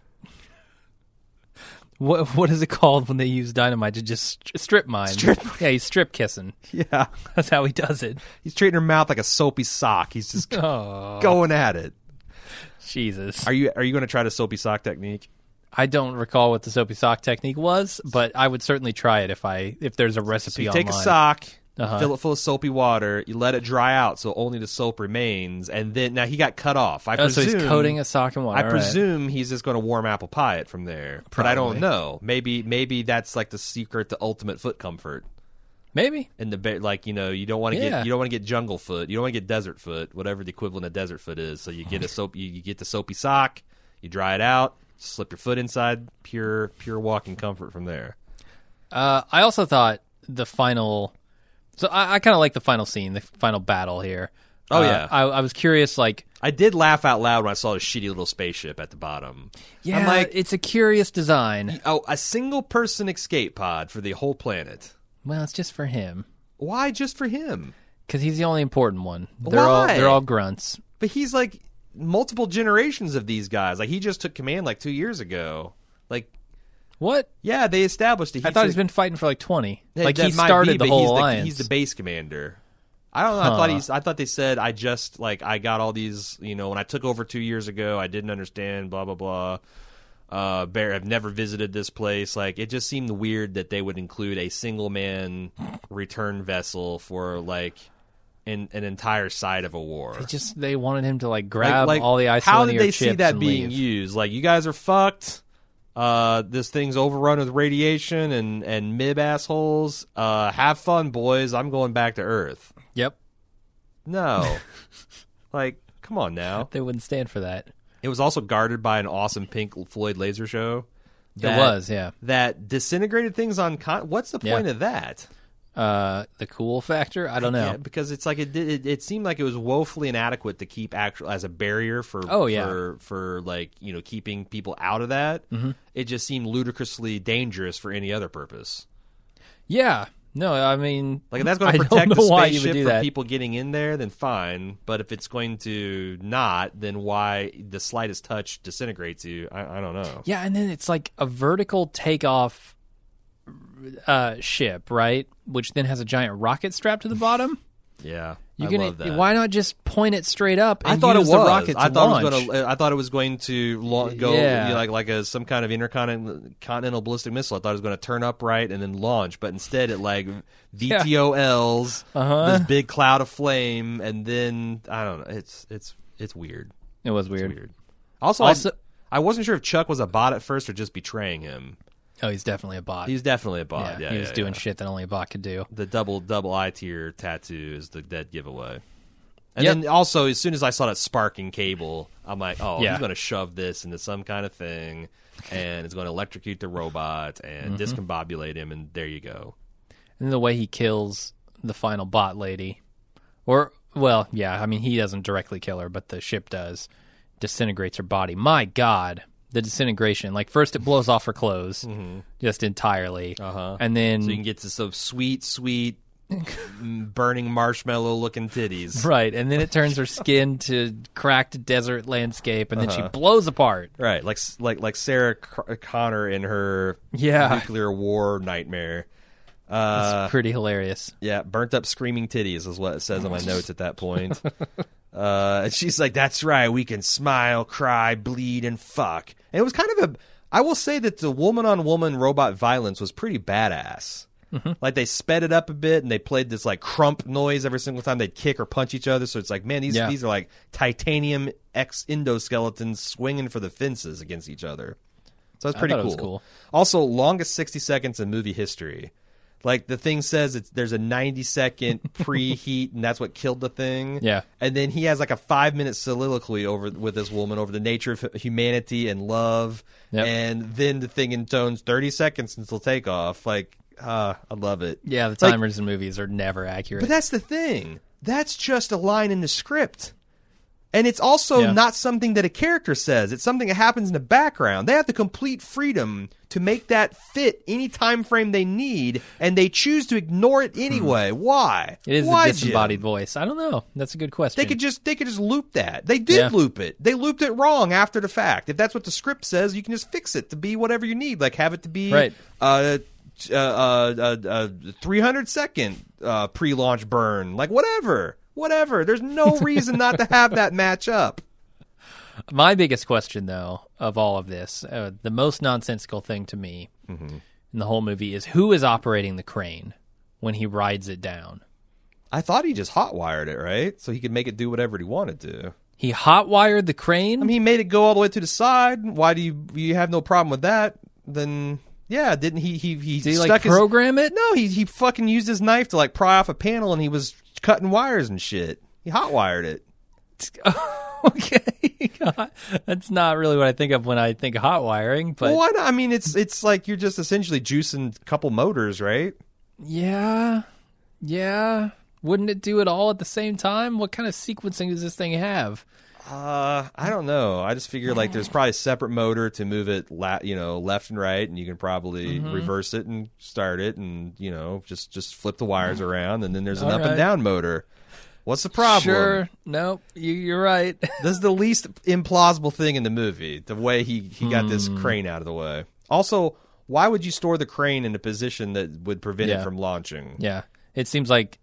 Speaker 2: What what is it called when they use dynamite to just st- strip mine?
Speaker 1: Strip-
Speaker 2: Yeah, he's strip kissing.
Speaker 1: Yeah.
Speaker 2: That's how he does it.
Speaker 1: He's treating her mouth like a soapy sock. He's just
Speaker 2: Oh
Speaker 1: going at it.
Speaker 2: Jesus!
Speaker 1: Are you are you going to try the soapy sock technique?
Speaker 2: I don't recall what the soapy sock technique was, but I would certainly try it if I if there's a
Speaker 1: So
Speaker 2: recipe.
Speaker 1: you
Speaker 2: online.
Speaker 1: take a sock,
Speaker 2: Uh-huh.
Speaker 1: fill it full of soapy water, you let it dry out so only the soap remains and then now he got cut off. I
Speaker 2: Oh, so
Speaker 1: presume
Speaker 2: he's coating a sock in water.
Speaker 1: I
Speaker 2: All right.
Speaker 1: presume he's just going to warm apple pie it from there. But I don't
Speaker 2: Probably.
Speaker 1: know. Maybe maybe that's like the secret to ultimate foot comfort.
Speaker 2: maybe.
Speaker 1: in the ba- like you know you don't want to
Speaker 2: Yeah.
Speaker 1: get you don't want to get jungle foot you don't want to get desert foot whatever the equivalent of desert foot is so you get a soap you, you get the soapy sock you dry it out slip your foot inside pure pure walking comfort from there
Speaker 2: Uh, I also thought the final. So I, I kind of like the final scene, the final battle here.
Speaker 1: Oh,
Speaker 2: Uh,
Speaker 1: yeah.
Speaker 2: I, I was curious, like
Speaker 1: i did laugh out loud when i saw the shitty little spaceship at the bottom
Speaker 2: Yeah,
Speaker 1: i'm like
Speaker 2: it's a curious design.
Speaker 1: oh a single person escape pod for the whole planet
Speaker 2: Well, it's just for him
Speaker 1: why just for him
Speaker 2: because he's the only important one. They're all
Speaker 1: Why?
Speaker 2: they're all grunts.
Speaker 1: but he's like multiple generations of these guys like he just took command like two years ago like
Speaker 2: What?
Speaker 1: yeah they established it
Speaker 2: I thought he's been fighting for like twenty.
Speaker 1: Yeah,
Speaker 2: like he
Speaker 1: that might be,
Speaker 2: started the
Speaker 1: but
Speaker 2: whole
Speaker 1: he's
Speaker 2: alliance.
Speaker 1: he's the base commander. I don't know. I thought he's. I thought they said I just like I got all these. You know, when I took over two years ago, I didn't understand. Blah blah blah. Uh, Bear, I've never visited this place. Like, it just seemed weird that they would include a single man return vessel for like an an entire side of a war.
Speaker 2: It just they wanted him to like
Speaker 1: Like-
Speaker 2: grab
Speaker 1: like,
Speaker 2: all the
Speaker 1: how
Speaker 2: Icelandic
Speaker 1: did they
Speaker 2: chips
Speaker 1: see that
Speaker 2: and
Speaker 1: being
Speaker 2: leave.
Speaker 1: used? Like, you guys are fucked. Uh, this thing's overrun with radiation and and mib assholes. Uh, have fun, boys. I'm going back to Earth.
Speaker 2: Yep,
Speaker 1: No, like, come on now.
Speaker 2: they wouldn't stand for that.
Speaker 1: It was also guarded by an awesome Pink Floyd laser show.
Speaker 2: it
Speaker 1: that-
Speaker 2: was yeah.
Speaker 1: that disintegrated things on. Con- What's the
Speaker 2: Yeah.
Speaker 1: point of that?
Speaker 2: Uh, the cool factor. I don't know.
Speaker 1: Yeah, because it's like it, did, it it seemed like it was woefully inadequate to keep actual as a barrier for
Speaker 2: Oh, yeah.
Speaker 1: for, for like you know keeping people out of that.
Speaker 2: Mm-hmm.
Speaker 1: It just seemed ludicrously dangerous for any other purpose.
Speaker 2: Yeah. No, I mean,
Speaker 1: Like if that's
Speaker 2: I
Speaker 1: going to
Speaker 2: don't
Speaker 1: protect the
Speaker 2: know why you would
Speaker 1: spaceship
Speaker 2: do
Speaker 1: from
Speaker 2: that.
Speaker 1: people getting in there, then fine. But if it's going to not, then why the slightest touch disintegrates you? I, I don't know.
Speaker 2: Yeah, and then it's like a vertical takeoff uh, ship, right? Which then has a giant rocket strapped to the bottom.
Speaker 1: Yeah,
Speaker 2: You
Speaker 1: I
Speaker 2: can
Speaker 1: love that.
Speaker 2: why not just point it straight up? And
Speaker 1: I thought it
Speaker 2: use
Speaker 1: was.
Speaker 2: the rocket to
Speaker 1: I thought
Speaker 2: launch?
Speaker 1: it was going to. I thought it was going to la- go
Speaker 2: Yeah.
Speaker 1: you know, like like a some kind of intercontinental ballistic missile. I thought it was going to turn upright and then launch, but instead it like VTOLs
Speaker 2: Uh-huh.
Speaker 1: this big cloud of flame, and then I don't know. It's it's it's weird.
Speaker 2: It was weird.
Speaker 1: Weird. Also,
Speaker 2: Also-
Speaker 1: I, I wasn't sure if Chuck was a bot at first or just betraying him.
Speaker 2: Oh, he's definitely a bot.
Speaker 1: He was definitely a bot.
Speaker 2: yeah,
Speaker 1: Yeah,
Speaker 2: he was
Speaker 1: yeah,
Speaker 2: doing
Speaker 1: yeah.
Speaker 2: shit that only a bot could do.
Speaker 1: the double double eye tier tattoo is the dead giveaway. And
Speaker 2: Yep.
Speaker 1: then also, as soon as I saw that sparking cable, I'm like, oh,
Speaker 2: Yeah.
Speaker 1: he's going to shove this into some kind of thing, and it's going to electrocute the robot and
Speaker 2: Mm-hmm.
Speaker 1: discombobulate him, and there you go.
Speaker 2: And the way he kills the final bot lady, or well, yeah, I mean he doesn't directly kill her, but the ship does. Disintegrates her body. My God, the disintegration! Like first it blows off her clothes just entirely,
Speaker 1: Uh-huh.
Speaker 2: and then
Speaker 1: So you can get to some sweet, sweet, m- burning marshmallow looking titties.
Speaker 2: right, and then it turns her skin to cracked desert landscape, and then she blows apart.
Speaker 1: Right, like like like Sarah C- Connor in her
Speaker 2: Yeah.
Speaker 1: nuclear war nightmare.
Speaker 2: It's
Speaker 1: Uh,
Speaker 2: pretty hilarious.
Speaker 1: yeah, burnt up screaming titties is what it says on my notes at that point. uh, and she's like, "That's right, we can smile, cry, bleed, and fuck." And it was kind of a. I will say that the woman on woman robot violence was pretty badass.
Speaker 2: Mm-hmm.
Speaker 1: Like they sped it up a bit, and they played this like crump noise every single time they'd kick or punch each other. So it's like, man, these
Speaker 2: Yeah.
Speaker 1: these are like titanium ex endoskeletons swinging for the fences against each other. So that's
Speaker 2: I
Speaker 1: pretty
Speaker 2: thought it
Speaker 1: cool.
Speaker 2: was cool.
Speaker 1: Also, longest 60 seconds in movie history. Like the thing says, it's, there's a 90 second preheat, and that's what killed the thing.
Speaker 2: Yeah.
Speaker 1: And then he has like a five minute soliloquy over with this woman over the nature of humanity and love.
Speaker 2: Yep.
Speaker 1: And then the thing intones 30 seconds until takeoff. Like, uh, I love it.
Speaker 2: Yeah, the
Speaker 1: Like-
Speaker 2: timers in movies are never accurate.
Speaker 1: But that's the thing. That's just a line in the script. And it's also
Speaker 2: Yeah.
Speaker 1: not something that a character says. It's something that happens in the background. They have the complete freedom to make that fit any time frame they need, and they choose to ignore it anyway. Why?
Speaker 2: Mm-hmm. it is
Speaker 1: Why,
Speaker 2: the
Speaker 1: Jim?
Speaker 2: disembodied voice. I don't know. That's a good question.
Speaker 1: They could just they could just loop that. They did
Speaker 2: Hmm. Yeah.
Speaker 1: loop it. They looped it wrong after the fact. If that's what the script says, you can just fix it to be whatever you need. Like have it to be
Speaker 2: Right.
Speaker 1: uh, t- uh, uh, uh, uh, 300 second uh, pre-launch burn. Like whatever, whatever. There's no reason not to have that match up.
Speaker 2: My biggest question, though, of all of this, uh, the most nonsensical thing to me
Speaker 1: Mm-hmm.
Speaker 2: in the whole movie is who is operating the crane when he rides it down?
Speaker 1: I thought he just hotwired it, right? So he could make it do whatever he wanted to.
Speaker 2: He hotwired the crane?
Speaker 1: I mean, he made it go all the way to the side. Why do you you have no problem with that? Then yeah, didn't he he he
Speaker 2: Did he
Speaker 1: stuck
Speaker 2: like
Speaker 1: his,
Speaker 2: program it?
Speaker 1: No, he he fucking used his knife to like pry off a panel, and he was cutting wires and shit. He hotwired it.
Speaker 2: okay. God. That's not really what I think of when I think of hot wiring, but
Speaker 1: well, why not? I mean, it's it's like you're just essentially juicing a couple motors, right?
Speaker 2: yeah. Yeah. Wouldn't it do it all at the same time? What kind of sequencing does this thing have?
Speaker 1: Uh, I don't know. I just figure like there's probably a separate motor to move it, la- you know, left and right, and you can probably reverse it and start it, and you know, just just flip the wires around, and then there's an
Speaker 2: All
Speaker 1: up
Speaker 2: right.
Speaker 1: and down motor. What's the problem?
Speaker 2: Sure. Nope. You, you're right.
Speaker 1: This is the least implausible thing in the movie. The way he, he got this
Speaker 2: Hmm.
Speaker 1: crane out of the way. Also, why would you store the crane in a position that would prevent
Speaker 2: Yeah.
Speaker 1: it from launching?
Speaker 2: yeah. It seems like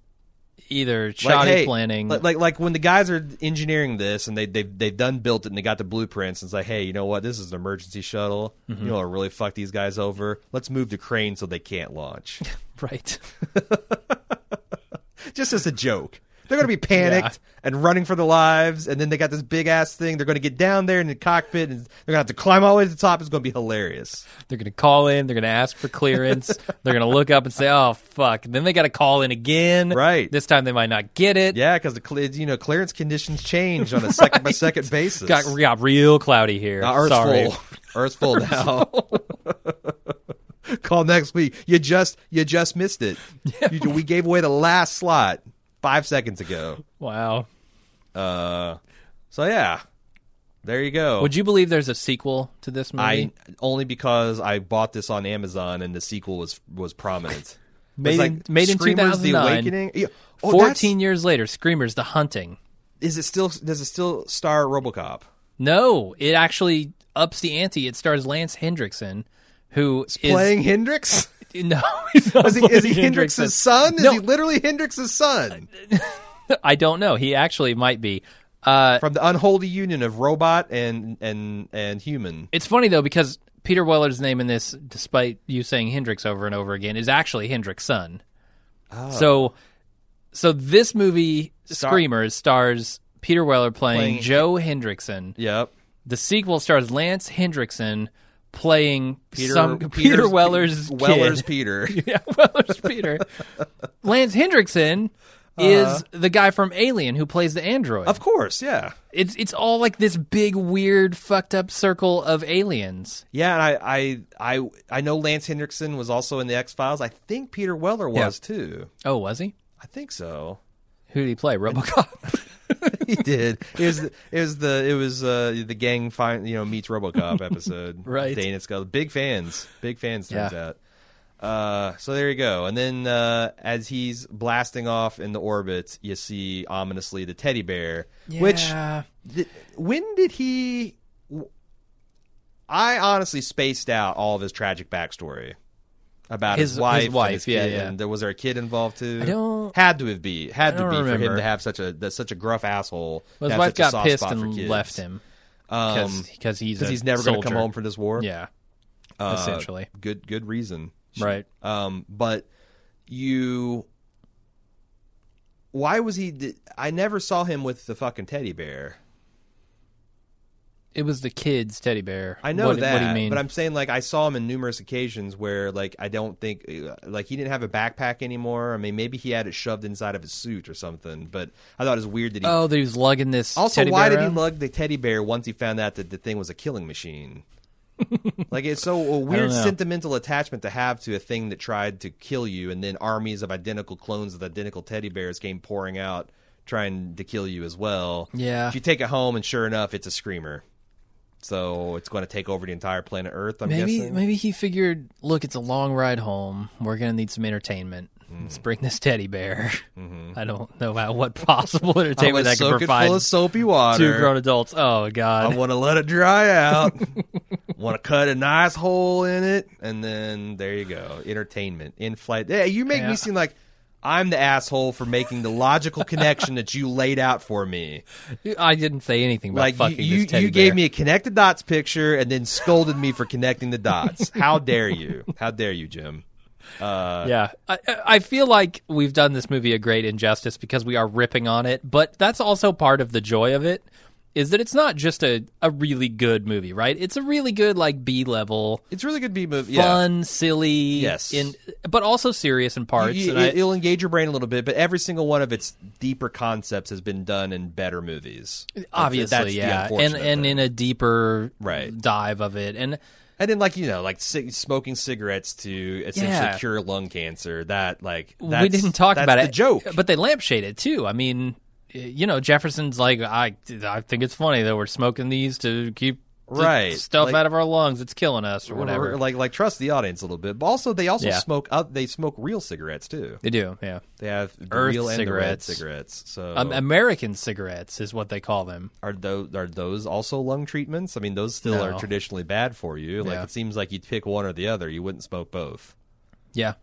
Speaker 2: either
Speaker 1: Like,
Speaker 2: shoddy
Speaker 1: hey,
Speaker 2: planning.
Speaker 1: Like, like like when the guys are engineering this and they they've they've done built it and they got the blueprints and it's like, hey, you know what? This is an emergency shuttle.
Speaker 2: Mm-hmm.
Speaker 1: You know, it'll really fuck these guys over. Let's move the crane so they can't launch.
Speaker 2: Right.
Speaker 1: Just as a joke. They're going to be panicked and running for their lives, and then they got this big ass thing. They're going to get down there in the cockpit, and they're going to have to climb all the way to the top. It's going to be hilarious.
Speaker 2: They're going to call in. They're going to ask for clearance. they're going to look up and say, "Oh fuck!" And then they got to call in again.
Speaker 1: Right.
Speaker 2: This time they might not get it.
Speaker 1: Yeah, because the cle- you know clearance conditions change on a second by second basis.
Speaker 2: Got got real cloudy here.
Speaker 1: Uh, Earth's
Speaker 2: Sorry.
Speaker 1: full. Earth's full now. Call next week. You just you just missed it. You- we gave away the last slot five seconds ago.
Speaker 2: Wow.
Speaker 1: Uh, so yeah, there you go.
Speaker 2: Would you believe there's a sequel to this movie?
Speaker 1: I only because I bought this on Amazon and the sequel was was prominent.
Speaker 2: Made
Speaker 1: It's
Speaker 2: in- made in
Speaker 1: Screamers: The
Speaker 2: 2009.
Speaker 1: Awakening. Yeah. Oh, that's-
Speaker 2: Fourteen years later, Screamers: The Hunting.
Speaker 1: Is it still? Does it still star RoboCop?
Speaker 2: No, it actually ups the ante. It stars Lance Hendrickson, who is
Speaker 1: Playing Hendrix.
Speaker 2: no, he's not
Speaker 1: Is he, is he
Speaker 2: playing
Speaker 1: Hendrix's Uh, son? Is
Speaker 2: No.
Speaker 1: he literally Hendrix's son
Speaker 2: I don't know. He actually might be. Uh,
Speaker 1: from the unholy union of robot and and and human?
Speaker 2: It's funny though because Peter Weller's name in this, despite you saying Hendrix over and over again, is actually Hendrix's son.
Speaker 1: Oh.
Speaker 2: So, so this movie Screamers stars Peter Weller playing,
Speaker 1: Playing-
Speaker 2: Joe Hendrickson.
Speaker 1: Yep.
Speaker 2: The sequel stars Lance Hendrickson playing
Speaker 1: Peter,
Speaker 2: some Peter
Speaker 1: Peter's-
Speaker 2: Weller's
Speaker 1: Weller's
Speaker 2: kid.
Speaker 1: Peter.
Speaker 2: yeah, Weller's Peter. Lance Hendrickson is the guy from Alien who plays the android.
Speaker 1: Uh-huh. Of course, yeah.
Speaker 2: It's it's all like this big weird fucked up circle of aliens.
Speaker 1: Yeah, and I, I, I, I know Lance Hendrickson was also in the X Files. I think Peter Weller was too.
Speaker 2: Oh, was he?
Speaker 1: I think so.
Speaker 2: Who did he play? RoboCop.
Speaker 1: he did. It was the, it was the it was uh, the gang find you know meets RoboCop episode.
Speaker 2: Right.
Speaker 1: Dana Scully, big fans, big fans. Turns
Speaker 2: Yeah.
Speaker 1: out. Uh, so there you go. And then uh, as he's blasting off in the orbit, you see ominously the teddy bear. Which
Speaker 2: Yeah.
Speaker 1: th- when did he? w- I honestly spaced out all of his tragic backstory about his,
Speaker 2: His- his
Speaker 1: wife. and
Speaker 2: wife,
Speaker 1: his
Speaker 2: yeah,
Speaker 1: kid,
Speaker 2: yeah.
Speaker 1: and there was there a kid involved too?
Speaker 2: I don't-
Speaker 1: had to have be had
Speaker 2: I
Speaker 1: to
Speaker 2: don't
Speaker 1: be for him
Speaker 2: remember.
Speaker 1: to have such a that's such a gruff asshole.
Speaker 2: Well,
Speaker 1: to
Speaker 2: his
Speaker 1: have
Speaker 2: wife
Speaker 1: such a
Speaker 2: got
Speaker 1: soft
Speaker 2: pissed
Speaker 1: spot for
Speaker 2: and
Speaker 1: kids.
Speaker 2: left him
Speaker 1: Um,
Speaker 2: because he's
Speaker 1: because
Speaker 2: a
Speaker 1: he's never going to come
Speaker 2: soldier.
Speaker 1: home from this war.
Speaker 2: Yeah,
Speaker 1: Uh,
Speaker 2: essentially.
Speaker 1: good good reason.
Speaker 2: Right.
Speaker 1: Um, but you, why was he? did- I never saw him with the fucking teddy bear.
Speaker 2: It was the kid's teddy bear.
Speaker 1: I know
Speaker 2: what,
Speaker 1: that,
Speaker 2: What do you mean?
Speaker 1: but I'm saying like I saw him in numerous occasions where like I don't think uh, like he didn't have a backpack anymore. I mean, maybe he had it shoved inside of his suit or something. But I thought it was weird that he.
Speaker 2: oh, that he was lugging this.
Speaker 1: also,
Speaker 2: teddy
Speaker 1: why
Speaker 2: bear
Speaker 1: did he
Speaker 2: around?
Speaker 1: lug the teddy bear once he found out that the thing was a killing machine? like it's so a weird
Speaker 2: know.
Speaker 1: sentimental attachment to have to a thing that tried to kill you, and then armies of identical clones of identical teddy bears came pouring out trying to kill you as well.
Speaker 2: Yeah.
Speaker 1: If you take it home, and sure enough, it's a screamer. So it's going to take over the entire planet Earth. I'm
Speaker 2: Maybe
Speaker 1: guessing.
Speaker 2: maybe he figured, look, it's a long ride home. We're gonna need some entertainment.
Speaker 1: Mm-hmm.
Speaker 2: Let's bring this teddy bear. I don't know about what possible
Speaker 1: I
Speaker 2: entertainment
Speaker 1: want to soak it
Speaker 2: that can
Speaker 1: full
Speaker 2: provide
Speaker 1: of soapy water.
Speaker 2: two grown adults. Oh
Speaker 1: I
Speaker 2: God,
Speaker 1: want to let it dry out. want to cut a nice hole in it, and then there you go. Entertainment in flight. Yeah, you make
Speaker 2: Yeah.
Speaker 1: me seem like I'm the asshole for making the logical connection that you laid out for me.
Speaker 2: I didn't say anything about
Speaker 1: Like
Speaker 2: fucking
Speaker 1: you, you,
Speaker 2: this teddy
Speaker 1: you gave
Speaker 2: bear.
Speaker 1: me a connect the dots picture, and then scolded me for connecting the dots. How dare you? How dare you, Jim?
Speaker 2: yeah, I, I- I feel like we've done this movie a great injustice because we are ripping on it, but that's also part of the joy of it is that it's not just a, a really good movie, right? It's a really good like B level,
Speaker 1: It's really good B movie. Yeah.
Speaker 2: fun, silly,
Speaker 1: Yes.
Speaker 2: in but also serious in parts.
Speaker 1: You-
Speaker 2: and I-
Speaker 1: it, will engage your brain a little bit, but every single one of its deeper concepts has been done in better movies.
Speaker 2: obviously,
Speaker 1: That's the
Speaker 2: yeah, and
Speaker 1: unfortunate
Speaker 2: and
Speaker 1: thing.
Speaker 2: in a deeper
Speaker 1: Right.
Speaker 2: dive of it, and
Speaker 1: And then, like you know, like cig- smoking cigarettes to essentially
Speaker 2: Yeah.
Speaker 1: cure lung cancer. That like that's,
Speaker 2: we didn't talk
Speaker 1: that's
Speaker 2: about
Speaker 1: the
Speaker 2: it.
Speaker 1: Joke,
Speaker 2: but they lampshade it too. I mean, you know, Jefferson's like, I, I think it's funny that we're smoking these to keep the
Speaker 1: Right.
Speaker 2: stuff
Speaker 1: Like-
Speaker 2: out of our lungs. It's killing us or whatever.
Speaker 1: Like like trust the audience a little bit. But also, they also
Speaker 2: Yeah.
Speaker 1: smoke up. They smoke real cigarettes too.
Speaker 2: they do, yeah.
Speaker 1: They have the
Speaker 2: Earth
Speaker 1: real and the red
Speaker 2: cigarettes.
Speaker 1: cigarettes. So
Speaker 2: Um, American cigarettes is what they call them.
Speaker 1: are those are those also lung treatments? I mean, those still
Speaker 2: No.
Speaker 1: are traditionally bad for you. Like
Speaker 2: Yeah.
Speaker 1: it seems like you'd pick one or the other. You wouldn't smoke both.
Speaker 2: Yeah.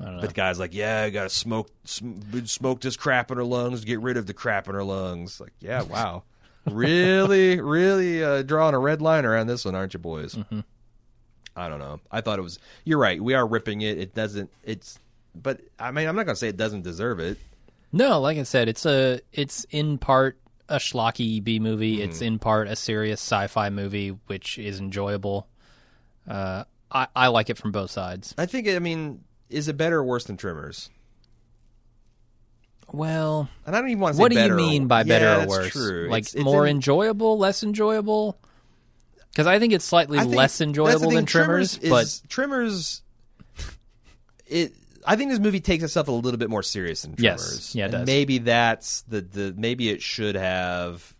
Speaker 2: I don't know.
Speaker 1: But the guy's like, "Yeah, I gotta smoke sm- smoke this crap in her lungs to get rid of the crap in her lungs." Like, yeah, wow, really, really uh, drawing a red line around this one, aren't you, boys?
Speaker 2: Mm-hmm.
Speaker 1: I don't know. I thought it was. You're right. We are ripping it. It doesn't. It's. But I mean, I'm not gonna say it doesn't deserve it.
Speaker 2: No, like I said, it's a it's in part a schlocky B movie.
Speaker 1: Mm-hmm.
Speaker 2: It's in part a serious sci-fi movie, which is enjoyable. Uh, I I like it from both sides.
Speaker 1: I think. I mean, is it better or worse than Trimmers?
Speaker 2: Well,
Speaker 1: And I don't even want to say
Speaker 2: what do
Speaker 1: better
Speaker 2: you
Speaker 1: or-
Speaker 2: mean by better
Speaker 1: Yeah,
Speaker 2: or
Speaker 1: that's
Speaker 2: worse?
Speaker 1: True.
Speaker 2: Like
Speaker 1: It's- it's
Speaker 2: more
Speaker 1: in-
Speaker 2: enjoyable, less enjoyable? Because I think it's slightly
Speaker 1: I think
Speaker 2: less
Speaker 1: that's the
Speaker 2: enjoyable
Speaker 1: thing,
Speaker 2: than Trimmers,
Speaker 1: is, Trimmers, it. I think this movie takes itself a little bit more serious than
Speaker 2: Yes.
Speaker 1: Trimmers.
Speaker 2: Yeah, it
Speaker 1: And
Speaker 2: does.
Speaker 1: Maybe that's the, the maybe it should have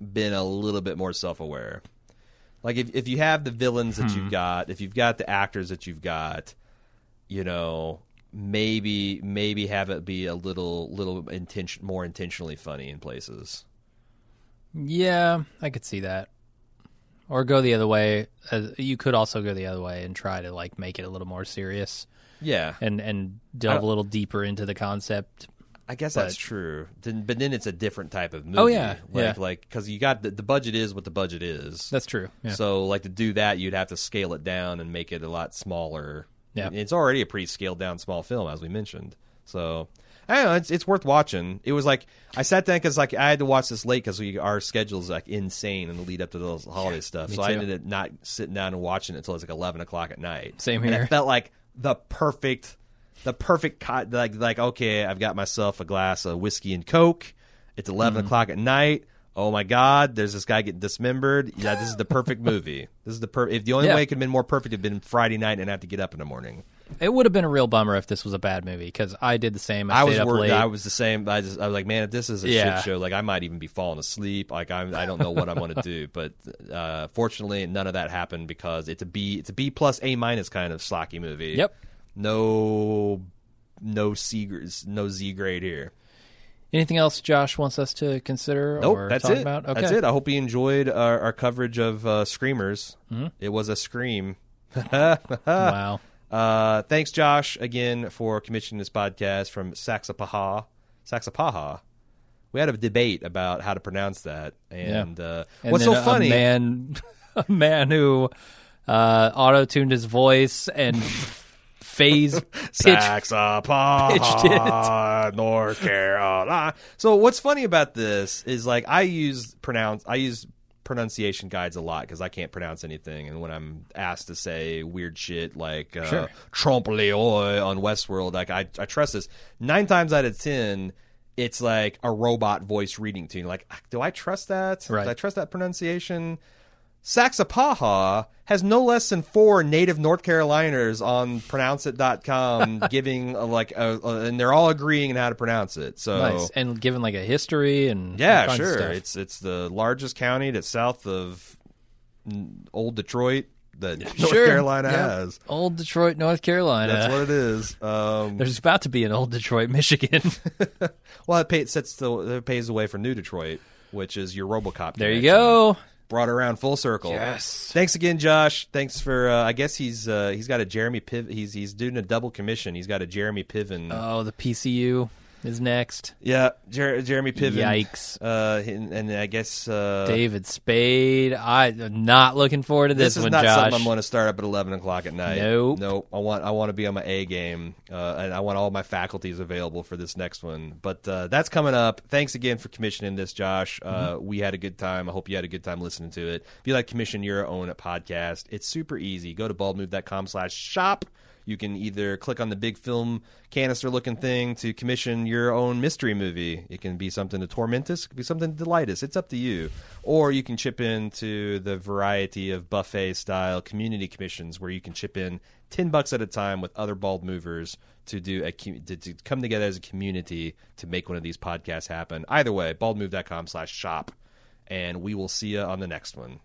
Speaker 1: been a little bit more self aware. Like if if you have the villains that
Speaker 2: Hmm.
Speaker 1: you've got, if you've got the actors that you've got, you know, maybe maybe have it be a little little intention more intentionally funny in places.
Speaker 2: but yeah, I could see that. Or go the other way. Uh, you could also go the other way and try to like make it a little more serious
Speaker 1: Yeah.
Speaker 2: and and
Speaker 1: Uh,
Speaker 2: delve a little deeper into the concept.
Speaker 1: I guess that's true. Then, but then it's a different type of movie.
Speaker 2: Oh, yeah,
Speaker 1: like
Speaker 2: yeah.
Speaker 1: like because you got the, the budget is what the budget is.
Speaker 2: That's true. Yeah.
Speaker 1: So like to do that, you'd have to scale it down and make it a lot smaller.
Speaker 2: Yeah.
Speaker 1: And it's already a pretty scaled down small film as we mentioned. So I don't know. It's it's worth watching. It was like I sat down because like I had to watch this late because we our schedule's like insane in the lead up to those holiday stuff.
Speaker 2: me
Speaker 1: So I
Speaker 2: too.
Speaker 1: ended up not sitting down and watching it until it's like eleven o'clock at night.
Speaker 2: Same
Speaker 1: And
Speaker 2: here.
Speaker 1: it felt like the perfect the perfect co- like like okay, I've got myself a glass of whiskey and coke. It's 11
Speaker 2: Mm-hmm.
Speaker 1: o'clock at night. Oh my God! There's this guy getting dismembered. Yeah, this is the perfect movie. This is the per. If the only
Speaker 2: Yeah.
Speaker 1: way it could have been more perfect, it'd been Friday night and I have to get up in the morning.
Speaker 2: It would have been a real bummer if this was a bad movie because I did the same. I,
Speaker 1: I
Speaker 2: stayed
Speaker 1: was
Speaker 2: up
Speaker 1: worried.
Speaker 2: late.
Speaker 1: I was the same. I just I was like, man, if this is a
Speaker 2: Yeah.
Speaker 1: shit show, like I might even be falling asleep. Like I'm, I don't know what I'm going to do. But uh, fortunately, none of that happened because it's a B. It's a B plus A minus kind of slacky movie.
Speaker 2: Yep.
Speaker 1: No, no C. gr- No Z grade here.
Speaker 2: Anything else Josh wants us to consider
Speaker 1: Nope.
Speaker 2: or
Speaker 1: That's
Speaker 2: talk
Speaker 1: it.
Speaker 2: about? Okay.
Speaker 1: That's it. I hope you enjoyed our, our coverage of uh, Screamers.
Speaker 2: Mm-hmm.
Speaker 1: It was a scream.
Speaker 2: Wow.
Speaker 1: Uh, thanks, Josh, again for commissioning this podcast from Saxapaha. Saxapaha. We had a debate about how to pronounce that, and, uh,
Speaker 2: And
Speaker 1: what's so
Speaker 2: then a-
Speaker 1: funny?
Speaker 2: A man, a man who uh, auto tuned his voice and phase pitch.
Speaker 1: Saxapaha, North Carolina. So what's funny about this is like I use pronounce I use pronunciation guides a lot because I can't pronounce anything, and when I'm asked to say weird shit like uh,
Speaker 2: Sure.
Speaker 1: Trompe l'oeil on Westworld, like I I trust this nine times out of ten. It's like a robot voice reading to you. Like, do I trust that?
Speaker 2: Right.
Speaker 1: Do I trust that pronunciation? Saxapaha has no less than four native North Caroliners on pronounceit.com giving a, like a, a- and they're all agreeing on how to pronounce it. So
Speaker 2: Nice. And given like a history and all
Speaker 1: yeah,
Speaker 2: kinds of
Speaker 1: sure.
Speaker 2: stuff.
Speaker 1: It's it's the largest county that's south of mm, old Detroit that North
Speaker 2: Sure.
Speaker 1: Carolina
Speaker 2: Yeah.
Speaker 1: has.
Speaker 2: Old Detroit, North Carolina.
Speaker 1: That's what it is. Um,
Speaker 2: There's about to be an old Detroit, Michigan.
Speaker 1: well, it, pay, it sets the it pays the way for New Detroit, which is your RoboCop.
Speaker 2: there you
Speaker 1: connection.
Speaker 2: go.
Speaker 1: brought around full circle.
Speaker 2: Yes.
Speaker 1: Thanks again, Josh. Thanks for. Uh, I guess he's uh, he's got a Jeremy Piv. He's he's doing a double commission. He's got a Jeremy Piven.
Speaker 2: Oh, the PCU is next.
Speaker 1: yeah, Jer- Jeremy Piven.
Speaker 2: Yikes.
Speaker 1: Uh, and, and I guess uh,
Speaker 2: David Spade. I'm not looking forward to this,
Speaker 1: this, is
Speaker 2: one,
Speaker 1: not
Speaker 2: Josh.
Speaker 1: something I'm going to start up at 11 o'clock at night.
Speaker 2: Nope.
Speaker 1: Nope. I want I want to be on my A game, uh, and I want all my faculties available for this next one. But uh, that's coming up. Thanks again for commissioning this, Josh. Uh,
Speaker 2: Mm-hmm.
Speaker 1: We had a good time. I hope you had a good time listening to it. If you like commission your own podcast, it's super easy. Go to baldmove.com slash shop. You can either click on the big film canister looking thing to commission your own mystery movie. It can be something to torment us, it could be something to delight us. It's up to you. Or you can chip into the variety of buffet style community commissions where you can chip in 10 bucks at a time with other bald movers to do a com- to, to come together as a community to make one of these podcasts happen. Either way, baldmove.com/shop and we will see you on the next one.